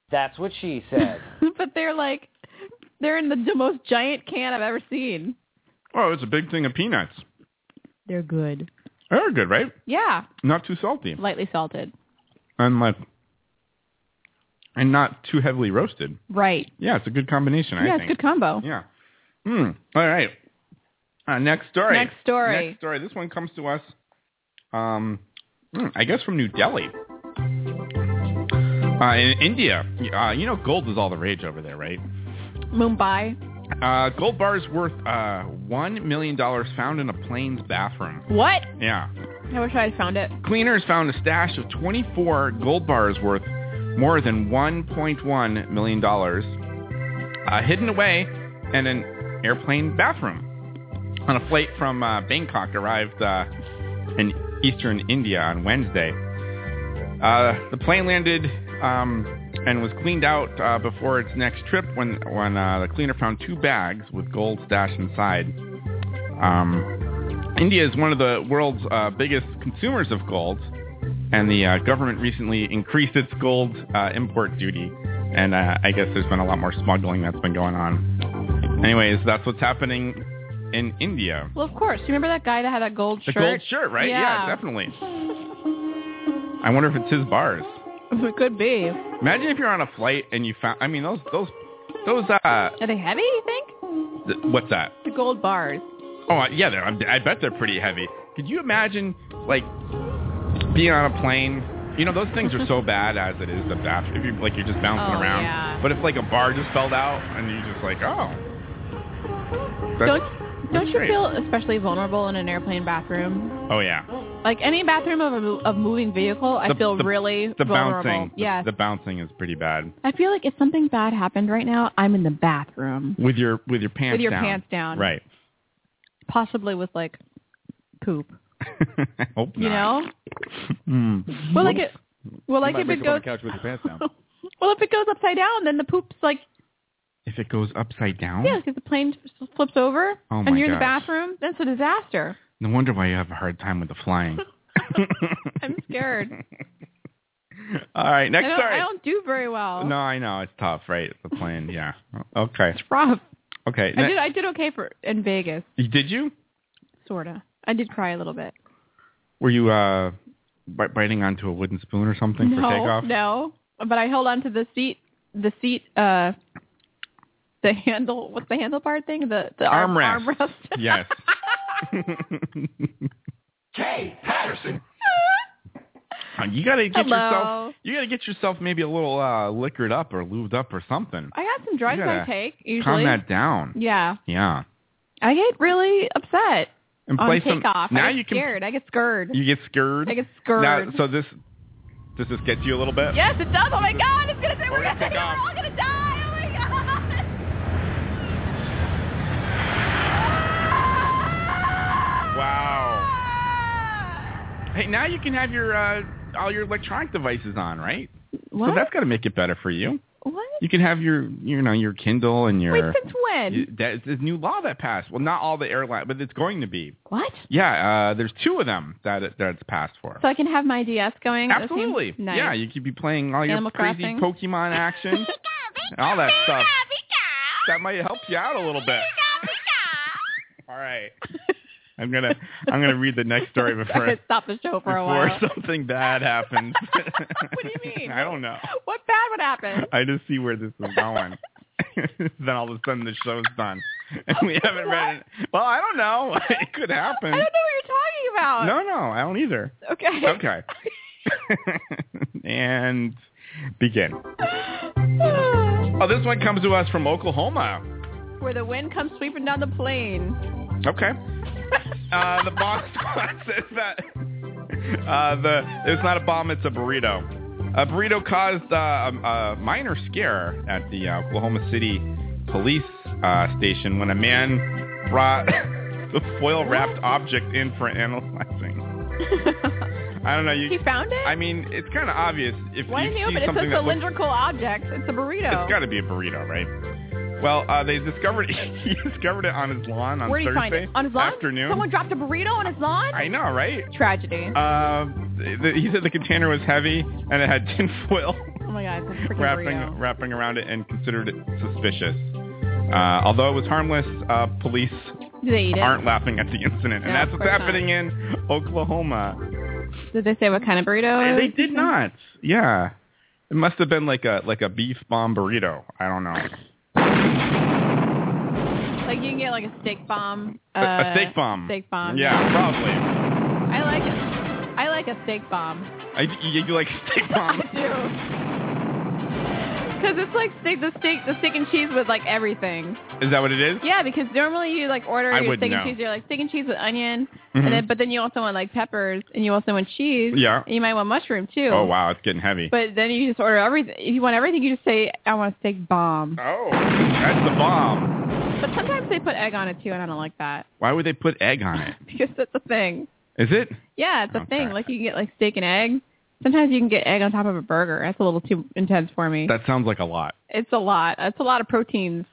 That's what she said.
but they're like they're in the, the most giant can I've ever seen.
Oh, it's a big thing of peanuts.
They're good.
They're good, right?
Yeah,
Not too salty,
lightly salted.
and like, and not too heavily roasted.
Right.
Yeah, it's a good combination.
yeah,
I
it's
think.
good combo.
Yeah. Hmm. All right. Uh, next story.
Next story.
Next story. This one comes to us, um, hmm, I guess from New Delhi. Uh, in India, uh, you know, gold is all the rage over there, right?
Mumbai.
Uh, gold bars worth uh, one million dollars found in a plane's bathroom.
What?
Yeah.
I wish I had found it.
Cleaners found a stash of 24 gold bars worth more than 1.1 million dollars uh, hidden away in an airplane bathroom. On a flight from uh, Bangkok, arrived uh, in eastern India on Wednesday. Uh, the plane landed um, and was cleaned out uh, before its next trip when when uh, the cleaner found two bags with gold stashed inside. Um, India is one of the world's uh, biggest consumers of gold, and the uh, government recently increased its gold uh, import duty. And uh, I guess there's been a lot more smuggling that's been going on. Anyways, that's what's happening in India.
Well, of course. You remember that guy that had that gold
The
shirt?
gold shirt, right?
Yeah.
definitely. I wonder if it's his bars.
It could be.
Imagine if you're on a flight and you found. I mean, those those those uh.
Are they heavy? You think
th- what's that?
the gold bars?
Oh I- yeah, they're, I'm- I bet they're pretty heavy. Could you imagine like being on a plane? You know those things are so bad as it is. The bath, if you like, you're just bouncing
Oh,
around.
yeah.
But if like a bar just fell out and you're just like, oh. That's-
don't don't you
great.
feel especially vulnerable in an airplane bathroom?
Oh yeah.
Like any bathroom of a mo- of moving vehicle, I
The-
feel
the-
really
The
vulnerable.
bouncing. the-
Yes.
The, bouncing is pretty bad.
I feel like if something bad happened right now, I'm in the bathroom,
With your with your pants
With your
down.
pants down.
Right.
possibly with like poop.
I hope
You
not.
know?
Hmm.
Well, like it. Well, like
might
if
wake
it
up on
goes.
the couch with your pants down.
well, if it goes upside down, then the poop's like
If it goes upside down.
yeah, because the plane s- flips over
Oh,
and
my
you're in the
gosh.
bathroom. That's a disaster.
No wonder why you have a hard time with the flying.
I'm scared.
All right, next
I don't, I
story.
don't do very well.
No, I know it's tough, right? The plane, yeah. Okay,
It's rough.
okay.
I
ne-
did. I did okay for in Vegas,
did you?
sorta. I did cry a little bit.
Were you uh, b- biting onto a wooden spoon or something for
no,
takeoff?
no. But I held on to the seat. The seat. Uh, the handle. What's the handle part thing? The the arm,
Armrest.
armrest.
Yes.
Kay Patterson.
Uh, you gotta get
Hello.
yourself. You gotta get yourself maybe a little uh, liquored up or lubed up or something.
I got some drugs
You
I
gotta
take usually.
Calm that down.
Yeah.
Yeah.
I get really upset
And
on
play some.
takeoff.
Now
I get
you can.
scared. I get scared.
You get scared.
I get scared.
Now, so this. Does this get to you a little bit?
yes, it does. Oh my God! It's gonna say we're, gonna,
take
we're
off.
all gonna die. Oh my God!
Wow.
Ah!
Hey, now you can have your uh, all your electronic devices on, right?
What?
So that's got to make it better for you.
what?
You can have your you know your Kindle and your
Wait, since when?
you, that is this new law that passed. Well, not all the airline, but it's going to be.
what?
Yeah, uh, there's two of them that it, that it's passed for.
So I can have my DS going. at the same-
Absolutely.
Nice.
Yeah, you could be playing all your
Animal
crazy
Crossing.
Pokemon action and all that stuff. That might help you out a little bit. All right. I'm gonna I'm gonna read the next story before
I could stop the show for a
before
while.
something bad happens.
What do you mean?
I don't know.
What bad would happen?
I just see where this is going. then all of a sudden the show's done. And we haven't read it. Well, I don't know. It could
I
happen.
don't know what you're talking about.
No, no, I don't either.
Okay.
Okay. and begin. Oh, this one comes to us from Oklahoma.
Where the wind comes sweeping down the plane.
Okay. Uh, the bomb squad says that uh, the it's not a bomb, it's a burrito. A burrito caused uh, a, a minor scare at the uh, Oklahoma City police uh, station when a man brought the foil-wrapped object in for analyzing. I don't know.
he
You,
found it?
I mean, it's kind of obvious if
Why
you
didn't he
see
open it? It's
something
a
that looks
cylindrical object. It's a burrito.
it's got to be a burrito, right? Well, uh, they discovered he discovered it on his lawn on
Where did
Thursday
he find it? On his lawn?
afternoon.
Someone dropped a burrito on his lawn?
I know, right?
Tragedy.
Uh, the, he said the container was heavy and it had tinfoil
oh my god, it's a freaking burrito.
wrapping wrapping around it and considered it suspicious. Uh, although it was harmless, uh, police
Did they eat it?
aren't laughing at the incident,
No,
and that's
of
what's
course not.
happening in Oklahoma.
Did they say what kind of burrito?
They did not. Yeah, it must have been like a like a beef bomb burrito. I don't know.
Like you can get like a steak bomb.
A- a
uh,
steak bomb.
Steak bomb.
Yeah, probably.
I like it. I like a steak bomb.
I, you, you like steak
I
bomb?
do. Because it's like steak, the steak, the steak and cheese with like everything.
Is that what it is?
Yeah, because normally you like order
I
your
wouldn't
steak and
know.
cheese. You're like steak and cheese with onion,
Mhm.
and then but then you also want like peppers, and you also want cheese.
Yeah.
And you might want mushroom too.
Oh wow, it's getting heavy.
But then you just order everything. If you want everything, you just say, "I want a steak bomb."
oh, that's the bomb.
But sometimes they put egg on it too, and I don't like that
Why would they put egg on it?
because that's a thing.
Is it?
Yeah, it's a
Okay.
thing. Like you can get like steak and egg. Sometimes you can get egg on top of a burger. That's a little too intense for me.
That sounds like a lot.
it's a lot. It's a lot of proteins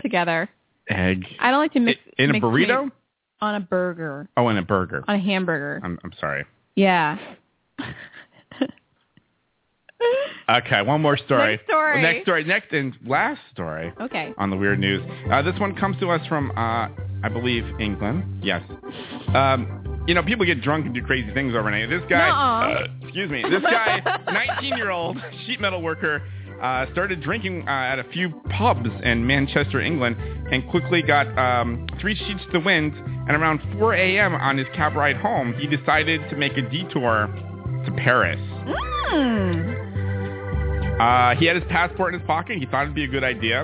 together.
Egg
I don't like to mix
in a
mix
burrito?
meat on a burger,
Oh, in a burger.
on a hamburger.
I'm I'm sorry.
Yeah.
Okay, one more story.
Next story.
Next story. Next and last story
Okay.
on the weird news. Uh, this one comes to us from uh, I believe England. Yes. Um, You know, people get drunk and do crazy things overnight. This guy,
Nuh-uh.
uh, excuse me, this guy, 19-year-old sheet metal worker, uh, started drinking uh, at a few pubs in Manchester, England, and quickly got um, three sheets to the wind. And around 4 a.m. on his cab ride home, he decided to make a detour to Paris. Uh, he had his passport in his pocket. He thought it'd be a good idea.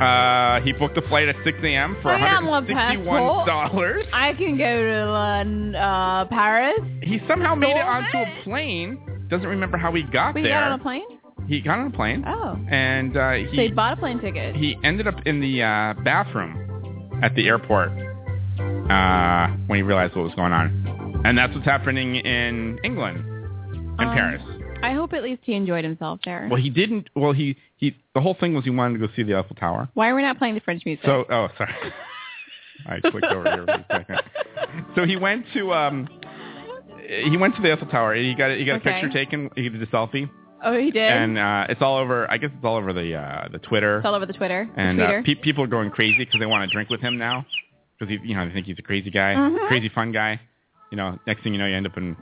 Uh, he booked a flight at 6 a.m. for
I am a
$161.
passport. I can go to Lon- uh, Paris.
He somehow made it onto a plane. Doesn't remember how he got
But you
there.
got on a plane?
He got on a plane.
Oh.
And uh,
So he
he
bought a plane ticket.
he ended up in the uh, bathroom at the airport uh, when he realized what was going on. And that's what's happening in England, in
Um,
Paris.
I hope at least he enjoyed himself there.
Well, he didn't. Well, he, he the whole thing was he wanted to go see the Eiffel Tower.
Why are we not playing the French music?
So, oh, sorry. I clicked over here for a second. So he went to um, he went to the Eiffel Tower. He got a- he got
Okay.
a picture taken. He did a selfie,
oh, he did.
and uh, it's all over. I guess it's all over the uh, the Twitter.
it's all over the Twitter. the
and
Twitter.
uh, pe- people are going crazy because they want to drink with him now because you know they think he's a crazy guy,
Mhm.
crazy fun guy. You know, next thing you know, you end up in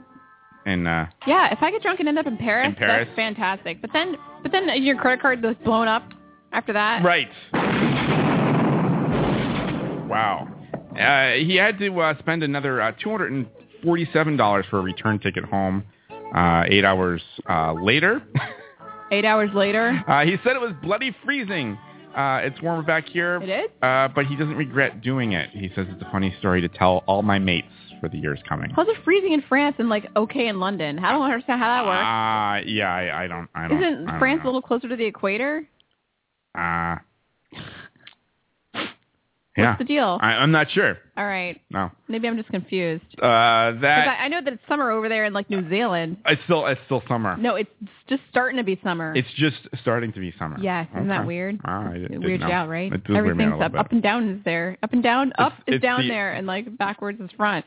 in uh,
yeah, if I get drunk and end up in Paris,
In Paris.
that's fantastic. But then, but then your credit card was blown up after that.
Right. Wow. Uh, he had to uh, spend another uh, $247 for a return ticket home uh, eight hours uh, later.
Eight hours later.
Uh, he said it was bloody freezing. Uh, it's warmer back here.
It is?
Uh, but he doesn't regret doing it. He says it's a funny story to tell all my mates for the years coming.
How's it freezing in France and like okay in London? I don't understand how that works.
Uh, yeah, I, I don't. I don't.
Isn't
I don't
France a
know.
little closer to the equator?
Uh, yeah.
What's the deal?
I, I'm not sure.
All right,
No.
maybe I'm just confused.
Uh,
'Cause
that
I, I know that it's summer over there in like New Zealand.
It's still it's still summer.
No, it's just starting to be summer.
It's just starting to be summer.
Yes, isn't that
Okay.
weird?
Wow, I di-
It
didn't
weirds
know.
you out, right?
It does weird me out
Everything's
a little
up,
bit.
up and down is there. Up and down, up is
it's
down
the-
there, and like backwards is front,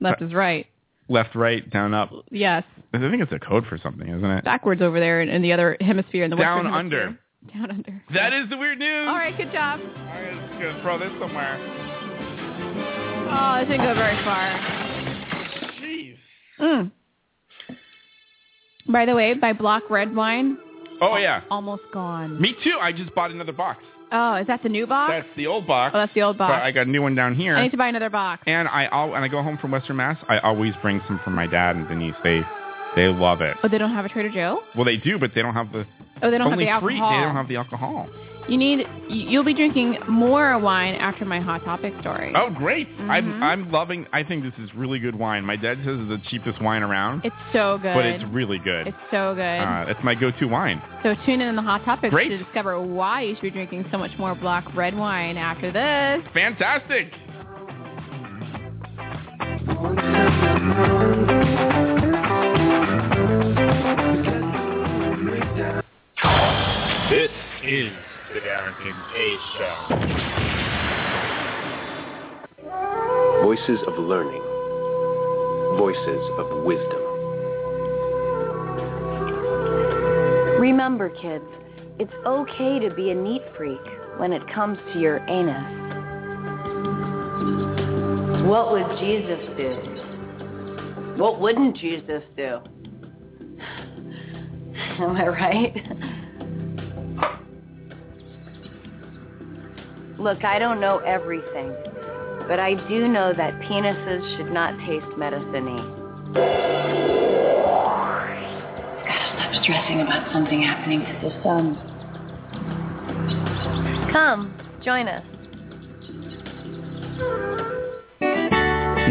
left is right.
Left, right, down, up.
Yes,
I think it's a code for something, isn't it?
backwards over there in, in the other hemisphere in the
down
western
under.
hemisphere. Down under.
That is the weird news.
All right, good job.
All right, let's go throw this somewhere.
Oh, it didn't go very far.
Jeez.
Mm. By the way, by block red wine,
Oh yeah.
almost gone.
Me too. I just bought another box.
Oh, is that the new box?
That's the old box.
oh, that's the old
But
box.
I got a new one down here.
I need to buy another box.
and I al- and I go home from Western Mass. I always bring some for my dad and Denise. They they love it.
Oh, they don't have a Trader Joe.
Well, they do, but they don't have the
Oh, they don't
only
have the
free.
alcohol.
They don't have the alcohol.
You need. you- You'll be drinking more wine after my hot topic story.
Oh, great!
Mhm.
I'm I'm loving. I think this is really good wine. My dad says it's the cheapest wine around,
It's so good.
but it's really good.
It's so good.
uh, it's my go-to wine.
so tune in on the hot topics
Great.
to discover why you should be drinking so much more black red wine after this.
Fantastic.
This is the Darren King K Show.
Voices of learning. Voices of wisdom.
Remember, kids, it's okay to be a neat freak when it comes to your anus. What would Jesus do? What wouldn't Jesus do? Am I right? Look, I don't know everything, but I do know that penises should not taste medicine-y. Stop stressing about something happening to the sun. Come, join us.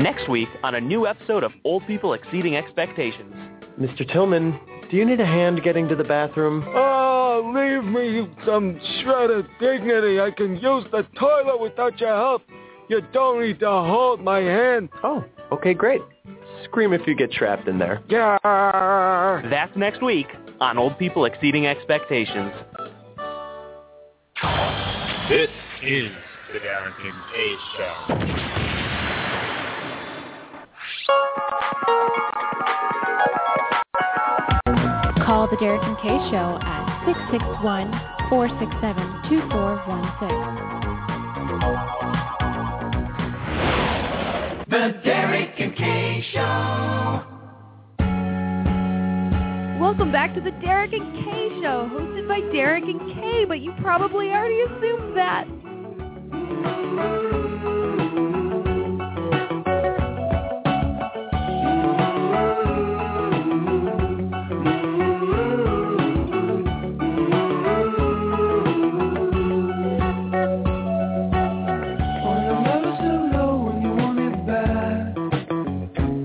Next week on a new episode of Old People Exceeding Expectations.
Mr. Tillman, do you need a hand getting to the bathroom?
Oh, leave me you some shred of dignity. I can use the toilet without your help. You don't need to hold my hand. Oh.
Okay, great. Scream if you get trapped in there.
That's next week on Old People Exceeding Expectations.
This is the Darren King K Show.
Call the Derek and Kay Show at 661-467-2416.
The The Derek and Kay Show.
Welcome back to the Derek and Kay Show, hosted by Derek and Kay, but you probably already assumed that.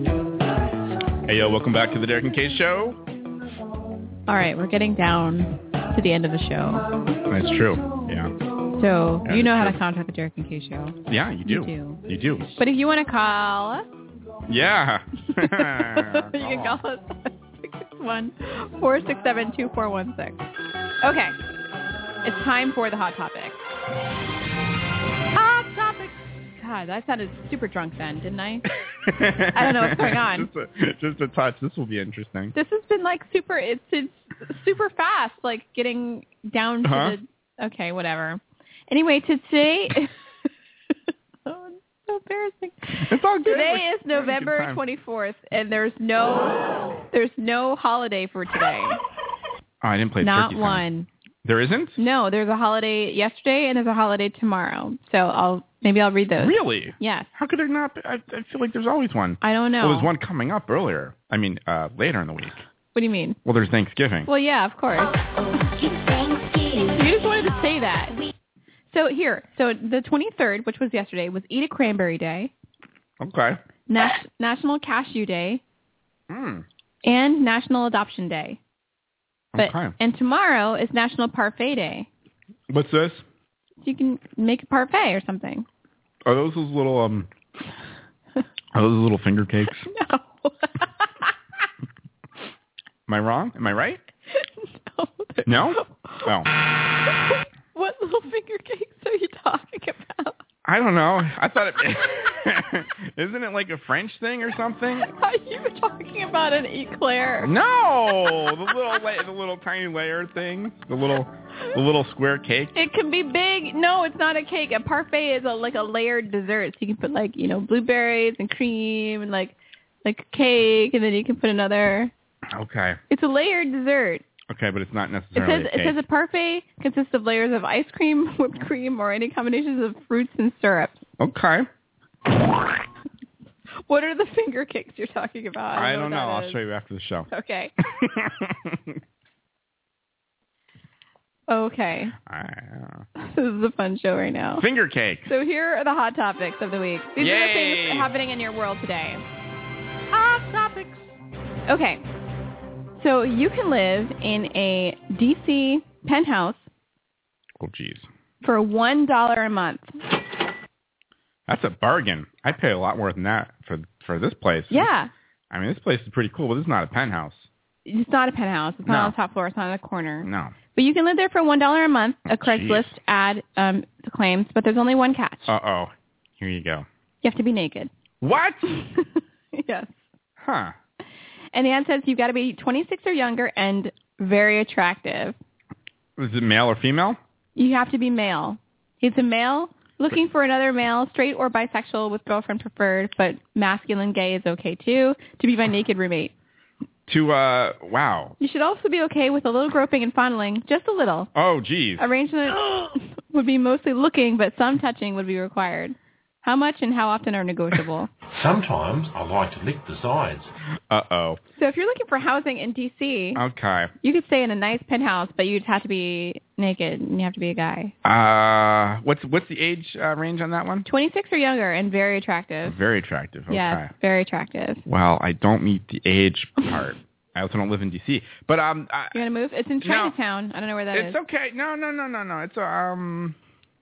Hey, yo, welcome back to the Derek and Kay Show.
All right, we're getting down to the end of the show.
That's true. Yeah.
So
Yeah,
you know
that's
how
true.
to contact the Derek and Kay Show.
Yeah, you do.
You
You do.
But if you want to call us,
Yeah.
you can call us one four six seven two four one six. Okay, it's time for the hot topic. Hot topic. God, I sounded super drunk then, didn't I? I don't know what's going on.
just, a, just a touch. This will be interesting.
This has been like super. It's it's super fast. Like getting down to
Huh?
the. Okay, whatever. Anyway, today. oh, it's so embarrassing.
It's all good.
Today
We're-
is November
time.
twenty fourth, and there's no there's no holiday for today.
Oh, I didn't play the
Not
turkey sound.
one.
There isn't?
No, there's a holiday yesterday and there's a holiday tomorrow. So I'll maybe I'll read those.
Really?
Yes.
How could there not? Be? I, I feel like there's always one.
I don't know.
Well, there's one coming up earlier. I mean, uh, later in the week.
What do you mean?
Well, there's Thanksgiving.
Well, yeah, of course. you just wanted to say that. So here, so the 23rd, which was yesterday, was Eat a Cranberry Day,
Okay.
Nas- National Cashew Day,
Mm.
and National Adoption Day. But,
Okay.
And tomorrow is National Parfait Day.
What's this?
So you can make a parfait or something.
Are those those little um? Are those little finger cakes?
No.
Am I wrong? Am I right?
no.
No. Oh.
What little finger cakes are you talking about?
I don't know. I thought it isn't it like a French thing or something?
Are you talking about an eclair?
No, the little la- the little tiny layer thing, the little the little square cake.
It can be big. No, it's not a cake. A parfait is a, like a layered dessert. So you can put like you know blueberries and cream and like like cake, and then you can put another.
Okay,
It's a layered dessert.
okay, but it's not
It
necessarily
says
a
it
cake.
says a parfait consists of layers of ice cream, whipped cream, or any combinations of fruits and syrups.
okay,
What are the finger cakes you're talking about?
I don't know.
what that
I'll
is.
show you after the show.
Okay. Okay.
I-
This is a fun show right now.
Uh, Finger cake.
So here are the hot topics of the week. These are the
Yay.
things happening in your world today. Hot topics. Okay. So you can live in a DC penthouse
Oh, jeez,
for one dollar a month.
that's a bargain. I pay a lot more than that for for this place.
Yeah.
I mean, this place is pretty cool, but it's not a penthouse.
It's not a penthouse. It's not
No.
on the top floor. It's not on the corner.
No.
But you can live there for one dollar a month. A
Oh, jeez.
Craigslist ad um, claims, but there's only one catch.
Uh oh. Here you go.
You have to be naked.
What?
yes.
Huh.
And the ad says you've got to be 26 or younger and very attractive.
Is it male or female?
You have to be male. He's a male looking for another male, straight or bisexual with girlfriend preferred, but masculine gay is okay too, to be my naked roommate.
To uh, wow.
You should also be okay with a little groping and fondling, just a little.
Oh, geez.
Arrangement would be mostly looking, but some touching would be required. How much and how often are negotiable?
Sometimes I like to lick the sides.
Uh oh.
so if you're looking for housing in DC,
Okay.
you could stay in a nice penthouse, but you'd have to be naked and you have to be a guy.
Uh, what's what's the age uh, range on that one?
26 or younger and very attractive.
Very attractive. Okay.
Yes, very attractive.
Well, I don't meet the age part. I also don't live in D.C. But um, I,
You gonna move? It's in
No.
Chinatown. I don't know where that is.
it's okay. No, no, no, no, no. It's um,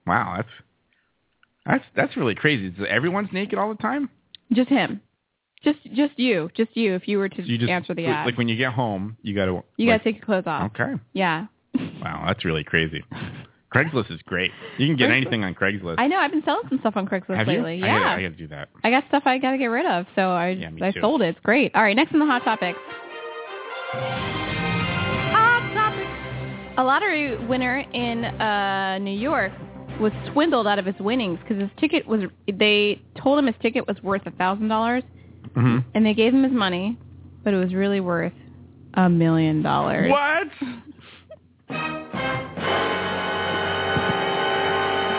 wow. That's that's that's really crazy. So everyone's naked all the time.
Just him. Just just you. Just you. If you were to
So you just
answer the
like,
ad,
like when you get home, you got to
you gotta take your clothes off.
Okay.
Yeah.
Wow, that's really crazy. Craigslist is great. You can get
Craigslist.
anything on Craigslist.
I know. I've been selling some stuff on Craigslist
Have
lately.
you? I gotta-
Yeah.
I got to do that.
I got stuff I gotta get rid of, so I
Yeah, me
I
too.
sold it. It's great. All right, next in the hot topics. Hot topics. A lottery winner in uh, New York was swindled out of his winnings because his ticket was they told him his ticket was worth a thousand dollars
hmm
and they gave him his money, but it was really worth a million dollars.
What?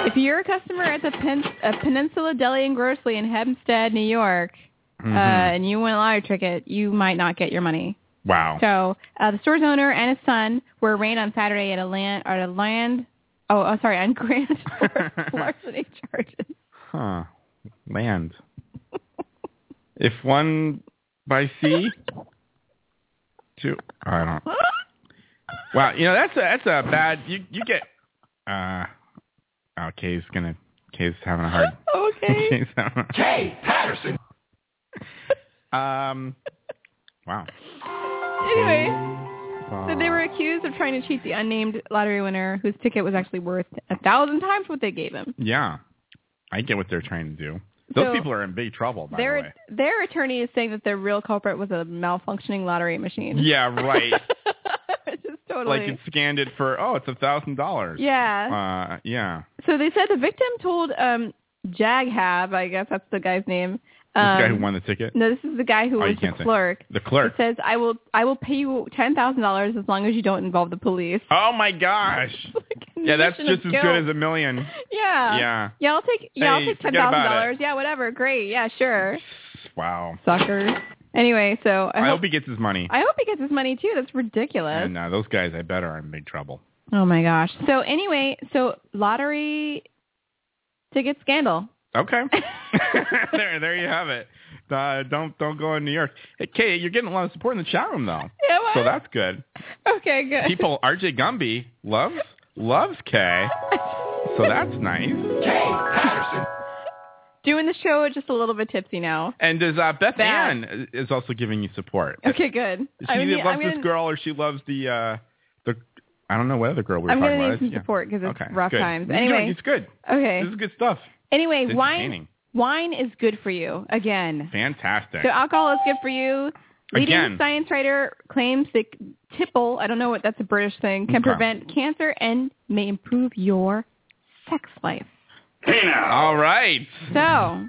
If you're a customer at the Pen- uh, Peninsula Deli and Grocery in Hempstead, New York, uh,
Mhm.
and you win a lottery ticket, you might not get your money.
Wow.
So uh, the store's owner and his son were arraigned on Saturday at a land, at a land, oh, oh sorry, on grand larceny charges.
Huh. Land. if one by sea, two. I don't. Wow. You know that's a that's a bad. You you get. Uh. Oh, Kay's gonna. Kay's having a hard.
Okay.
Kay's having a-
Kay Patterson.
Um. Wow.
Anyway, so
Uh,
they were accused of trying to cheat the unnamed lottery winner, whose ticket was actually worth a thousand times what they gave him.
Yeah. I get what they're trying to do. Those
So-
people are in big trouble. By
their
the way.
their attorney is saying that the real culprit was a malfunctioning lottery machine.
Yeah. Right.
Which is totally.
Like it scanned it for oh it's a thousand dollars.
yeah.
Uh yeah.
so they said the victim told um Jaghab, I guess that's the guy's name.
This
Um,
guy who won the ticket.
No, this is the guy who
Oh,
was
you can't
the
say.
clerk.
The clerk.
He says, "I will, I will pay you ten thousand dollars as long as you don't involve the police."
Oh my gosh. yeah, that's
admission
just
of
as
guilt.
good as a million.
Yeah.
Yeah.
Yeah, I'll take. Yeah,
Hey,
I'll take ten
forget
thousand
about
dollars. Yeah, whatever. Great. Yeah, sure.
Wow.
Sucker. Anyway, so I,
I
hope,
hope he gets his money.
I hope he gets his money too. That's ridiculous.
and uh, those guys, I bet, are in big trouble.
Oh my gosh. So anyway, so lottery ticket scandal.
Okay. there, there you have it. Uh, don't don't go in New York. Hey, Kay, you're getting a lot of support in the chat room though,
Yeah. What?
so that's good.
okay. Good.
People, RJ Gumby loves loves Kay, so that's nice.
Kay Patterson.
Doing the show just a little bit tipsy now.
And does uh, Beth
Bad.
Ann is also giving you support?
Okay. Good.
She
I'm
either
gonna-
loves
I'm
this
gonna-
girl or she loves the uh, the I don't know what other girl we were
I'm
talking
gonna
about.
need some
Yeah.
support because it's
Okay,
rough
good.
times.
You're doing-
Anyway.
it's good.
Okay.
This is good stuff.
Anyway,
It's
wine
entertaining.
wine is good for you again.
Fantastic.
So uh, alcohol is good for you. Leading
Again.
science writer claims that tipple, I don't know what that's a British thing, can
Okay.
prevent cancer and may improve your sex life.
Hey now. All right.
So,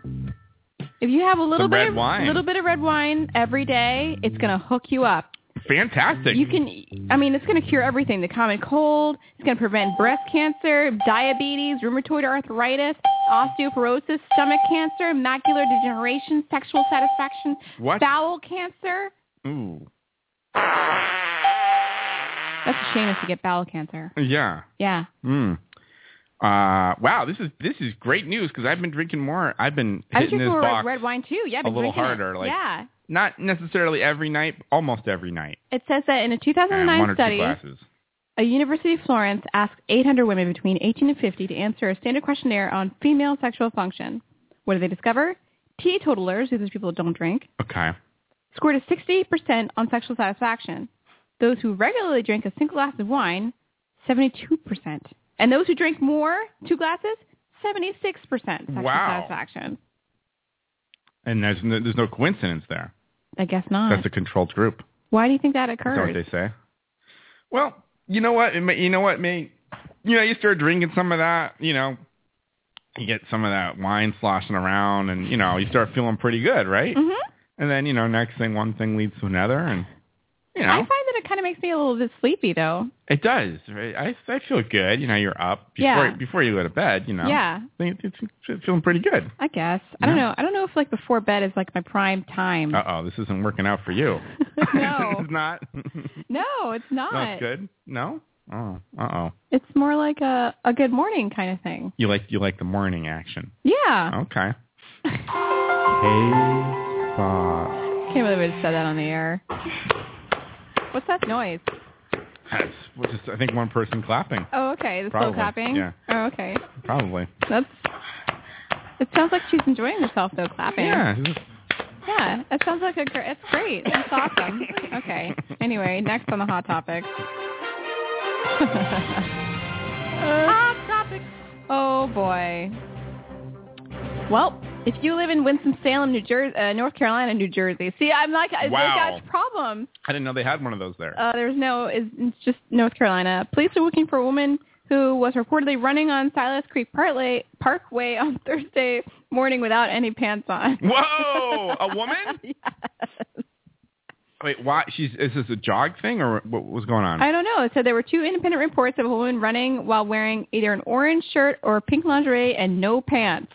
if you have a little
Some
bit
red
of,
wine.
little bit of red wine every day, it's going to hook you up.
Fantastic.
You can I mean, it's going to cure everything, the common cold, it's going to prevent breast cancer, diabetes, rheumatoid arthritis, osteoporosis, stomach cancer, macular degeneration, sexual satisfaction,
What?
bowel cancer.
Ooh.
That's a shame if you get bowel cancer.
Yeah.
Yeah.
Mm. Uh, wow, this is this is great news because I've been drinking more. I've been
I was drinking
hitting this
more red,
box
red wine too. Yeah, I've
a
been
little
drinking it.
harder, like-
yeah.
not necessarily every night, almost every night.
It says that in a
And
2009
one or
study,
two glasses.
a University of Florence asked 800 women between 18 and 50 to answer a standard questionnaire on female sexual function. What did they discover? Teetotalers, who are those people who don't drink,
Okay.
scored a 68% on sexual satisfaction. Those who regularly drink a single glass of wine, 72%. And those who drink more, two glasses, 76% sexual
Wow.
satisfaction.
And there's no, there's no coincidence there.
I guess not.
That's a controlled group. Is
Why do you think that
that what
occurs?
they say? Well, you know what? It may, you know what? May you know you start drinking some of that. You know, you get some of that wine sloshing around, and you know you start feeling pretty good, right?
hmm
And then you know next thing one thing leads to another, and you know.
I find that it kind of makes me a little bit sleepy, though.
It does. right? I I feel good. You know, you're up before
Yeah.
before you go to bed. You know,
Yeah,
Think- it's, it's feeling pretty good.
I guess. I don't know. I don't know if like before bed is like my prime time.
Uh oh, this isn't working out for you.
no,
it's not.
no, it's not.
not good. No. Oh, uh oh.
It's more like a a good morning kind of thing.
You like you like the morning action.
Yeah.
Okay. Oh. Hey, Bob.
Can't believe I just said that on the air. What's that noise?
That's well, just I think one person clapping.
Oh, okay. The slow
Probably,
clapping.
yeah.
Oh, okay.
Probably.
That's. It sounds like she's enjoying herself though, clapping.
Yeah. this is-
Yeah, That sounds like a. Gr- it's great. That's awesome. Okay. Anyway, next on the hot topic. Hot topic. Oh boy. Well, if you live in Winston-Salem, New Jersey, uh, North Carolina, New Jersey. See, I'm like, I
Wow.
they got problems. Oh.
I didn't know they had one of those there.
Uh, there's no, it's it's just North Carolina. Police are looking for a woman who was reportedly running on Silas Creek Parley, Parkway on Thursday morning without any pants on.
Whoa, a woman? Wait, why? She's is this a jog thing or what was going on?
I don't know. So there were two independent reports of a woman running while wearing either an orange shirt or pink lingerie and no pants.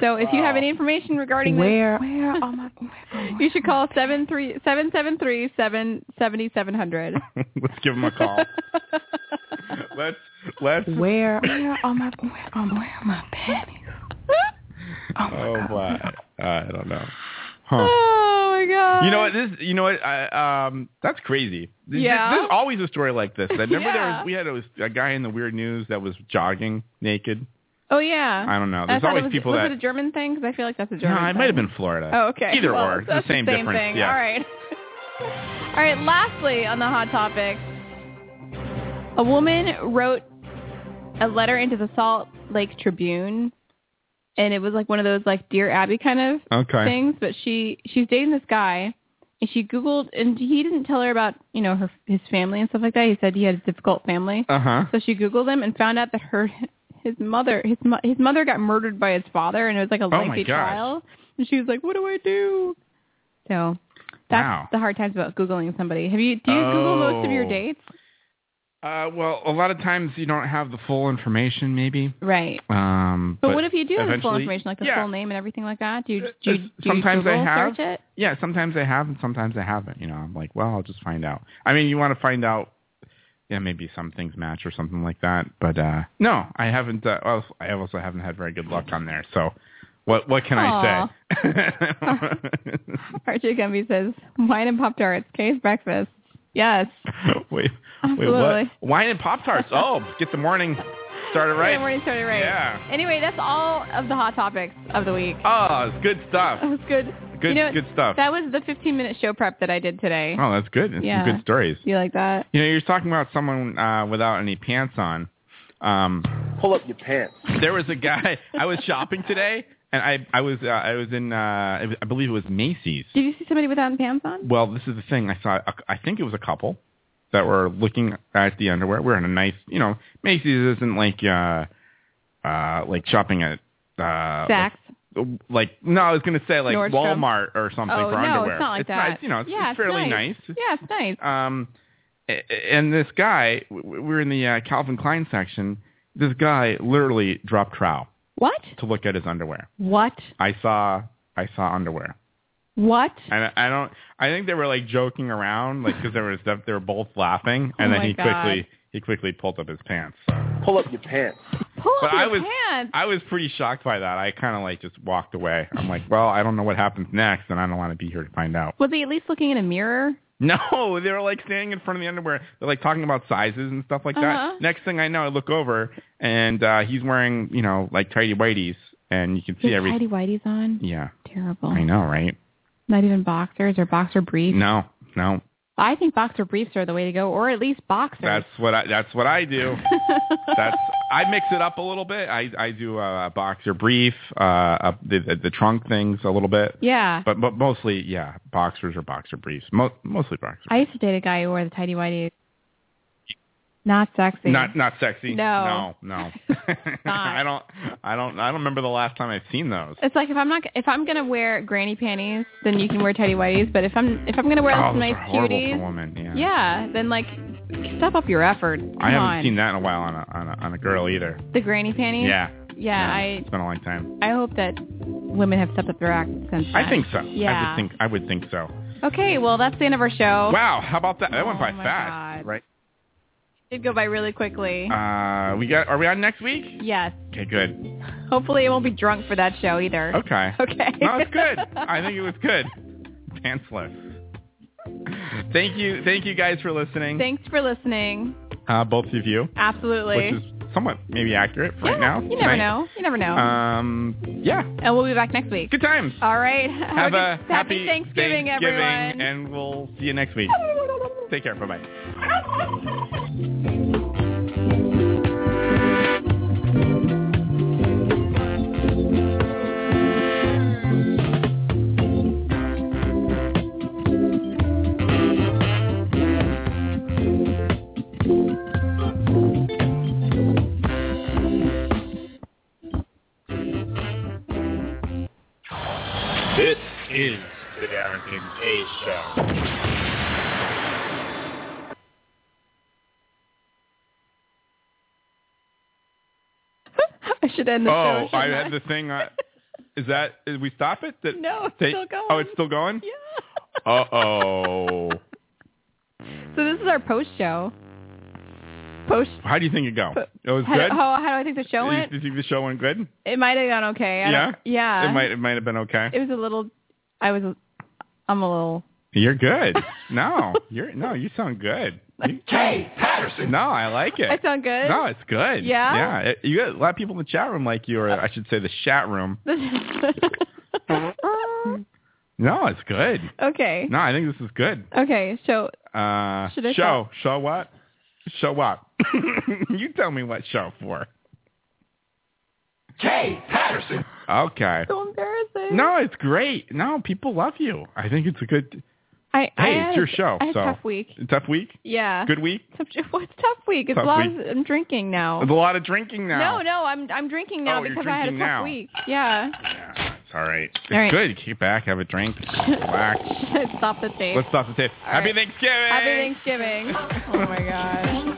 So if you have any information regarding
Where-
this, where, oh my, you should call seven three seven seven three seven seventy seven hundred.
Let's give him a call. let's let's.
Where, where are my, where are my, where are my panties?
Oh, boy, I don't know. Huh.
Oh my god!
You know what? This you know what? I, um, that's crazy. Th-
Yeah.
There's always a story like this. I remember there
Yeah.
was, we had a, a guy in the weird news that was jogging naked.
Oh yeah.
I don't know.
I
There's
thought it
always
was,
people
was it
that-
a German thing? Because I feel like that's a
No,
German.
it
thing.
might have been Florida.
Oh, okay.
Either
Well,
or, it's
that's
the same, difference.
Thing.
Yeah.
All right. All right. Lastly, on the hot topic, a woman wrote a letter into the Salt Lake Tribune, and it was like one of those like Dear Abby kind of
Okay.
things. But she she's dating this guy, and she Googled, and he didn't tell her about you know her his family and stuff like that. He said he had a difficult family.
Uh huh.
So she Googled him and found out that her his mother his mo- his mother got murdered by his father, and it was like a
Oh my
lengthy
gosh.
trial. And she was like, "What do I do?" So that's
Wow.
the hard times about googling somebody. Have you do you Google most of your
Oh.
dates?
Uh, well, a lot of times you don't have the full information, maybe.
Right.
Um,
But, what if you do have the full
eventually-
information, like the
yeah.
full name and everything like that? Do you, do you,
It's-
do you
sometimes I
Google
have.
search it?
Yeah, sometimes I have, and sometimes I haven't. You know, I'm like, well, I'll just find out. I mean, you want to find out. Yeah, maybe some things match or something like that. But uh no, I haven't. Uh, well, I also haven't had very good luck on there. So, what what can I say?
Archie Gumby says, "Wine and Pop Tarts, case breakfast." Yes.
wait, wait, what?
Absolutely.
Wine and pop tarts. Oh, get the morning started
Good
right.
morning, started right.
Yeah.
Anyway, that's all of the hot topics of the week.
Oh, it's good stuff.
That was good.
Good,
You know,
good stuff.
That was the 15 minute show prep that I did today.
oh, that's good. It's
Yeah.
some good stories.
You like that?
You know, you're talking about someone uh, without any pants on. Um,
Pull up your pants.
there was a guy. I was shopping today, and I I was uh, I was in uh, I was- I believe it was Macy's.
Did you see somebody without pants on?
Well, this is the thing. I saw. A, I think it was a couple that were looking at the underwear. We're in a nice, you know, Macy's isn't like uh, uh, like shopping at uh,
Saks.
Like, like no, I was gonna say like
Nordstrom.
Walmart or something
oh,
for
no,
underwear.
it's not like that.
Nice, you know, it's,
yeah, it's
fairly
nice.
nice.
Yeah, it's nice.
Um, a- and this guy, w- w- we were in the uh, Calvin Klein section. This guy literally dropped trowel
What?
to look at his underwear.
What?
I saw, I saw underwear,
What?
and I, I don't. I think they were like joking around, like because they were they were both laughing, and
Oh
then
my
he
God.
quickly he quickly pulled up his pants.
Pull up your pants.
Pull
But
up your
I was-
pants.
I was pretty shocked by that. I kind of like just walked away. I'm like, well, I don't know what happens next, and I don't want to be here to find out.
Was he at least looking in a mirror?
No, they were like standing in front of the underwear. They're like talking about sizes and stuff like
Uh-huh.
that. Next thing I know, I look over and uh he's wearing, you know, like tidy whities, and you can see
Did
everything.
Tidy Whitey's on?
Yeah,
Terrible.
I know, right?
Not even boxers or boxer briefs.
No, no,
I think boxer briefs are the way to go, or at least boxers.
that's what I that's what I do. that's I mix it up a little bit. I I do a boxer brief, uh, uh the, the the trunk things a little bit,
yeah.
but but mostly yeah, boxers or boxer briefs, Mo- mostly boxers.
I used to date a guy who wore the tidy whitey. Not sexy.
Not not sexy.
No.
no, no. I don't I don't I don't remember the last time I've seen those.
It's like if I'm not if I'm gonna wear granny panties, then you can wear tidy whities. But if I'm if I'm gonna wear
oh,
those
those
nice
are horrible for
cuties,
women. Yeah.
yeah, then like step up your effort. Come
I haven't
on.
seen that in a while on a on a, on a girl either.
the granny panties.
Yeah.
Yeah,
It's been a long time.
I I hope that women have stepped up their act since.
I
then.
think so. I
Yeah.
would think I would think so.
Okay, well that's the end of our show.
Wow, how about that? That went
Oh
by
my
fast, right?
It did go by really quickly.
Uh, we got are we on next week?
yes.
Okay, good.
Hopefully, it won't be drunk for that show either.
Okay.
Okay.
No, it's good. I think it was good. Pantsless. Thank you, thank you guys for listening.
Thanks for listening.
uh, both of you,
Absolutely.
which is somewhat maybe accurate for right now.
You never
tonight.
know. You never know.
Um, yeah.
and we'll be back next week.
Good times.
All right.
Have,
a,
a
good-
happy
Thanksgiving, everyone.
and we'll see you next week. Take care. Bye bye.
Thank
This is the Derek and Kay Show.
I should end the
oh,
show.
I
shouldn't
had the thing. Uh, is that did we stop it? Did-
No, it's
take-
still going.
Oh, it's still going. Yeah. Uh oh.
So this is our post show. Post.
How do you think it go? It was
How,
good.
how, how do I think the show
You-
went?
You think the show went good?
It might have gone okay. I
yeah.
don't- Yeah.
It might. It might have been okay.
It was a little. I was. a- I'm a little.
You're good. No, you're no. You sound good. You-
Kay
Patterson. No, I like it.
I sound good.
No, it's good.
Yeah? Uh,
Yeah. It- you got a lot of people in the chat room like you, or I should say the chat room. No, it's good.
okay.
No, I think this is good.
Okay. So
Uh,
Should I
show show what? Show what? you tell me what show for.
Kay Patterson.
Okay.
so embarrassing.
No, it's great. No, people love you. I think it's a good.
I. I
Hey,
had
it's
a-
your show.
I had
so
a tough week.
Tough week.
Yeah.
Good week.
Tough, what's tough week? It's
Tough
a lot
week.
of I'm drinking now.
There's a lot of drinking now.
Uh-huh. No, no, I'm I'm drinking
Oh,
now
you're
because I had a tough
drinking now.
week. Yeah.
It's all right. It's
All right.
good. Kick back, have a drink, relax.
Stop the tape.
Let's stop the tape.
All
Happy
right.
Thanksgiving.
Happy Thanksgiving. Oh my god.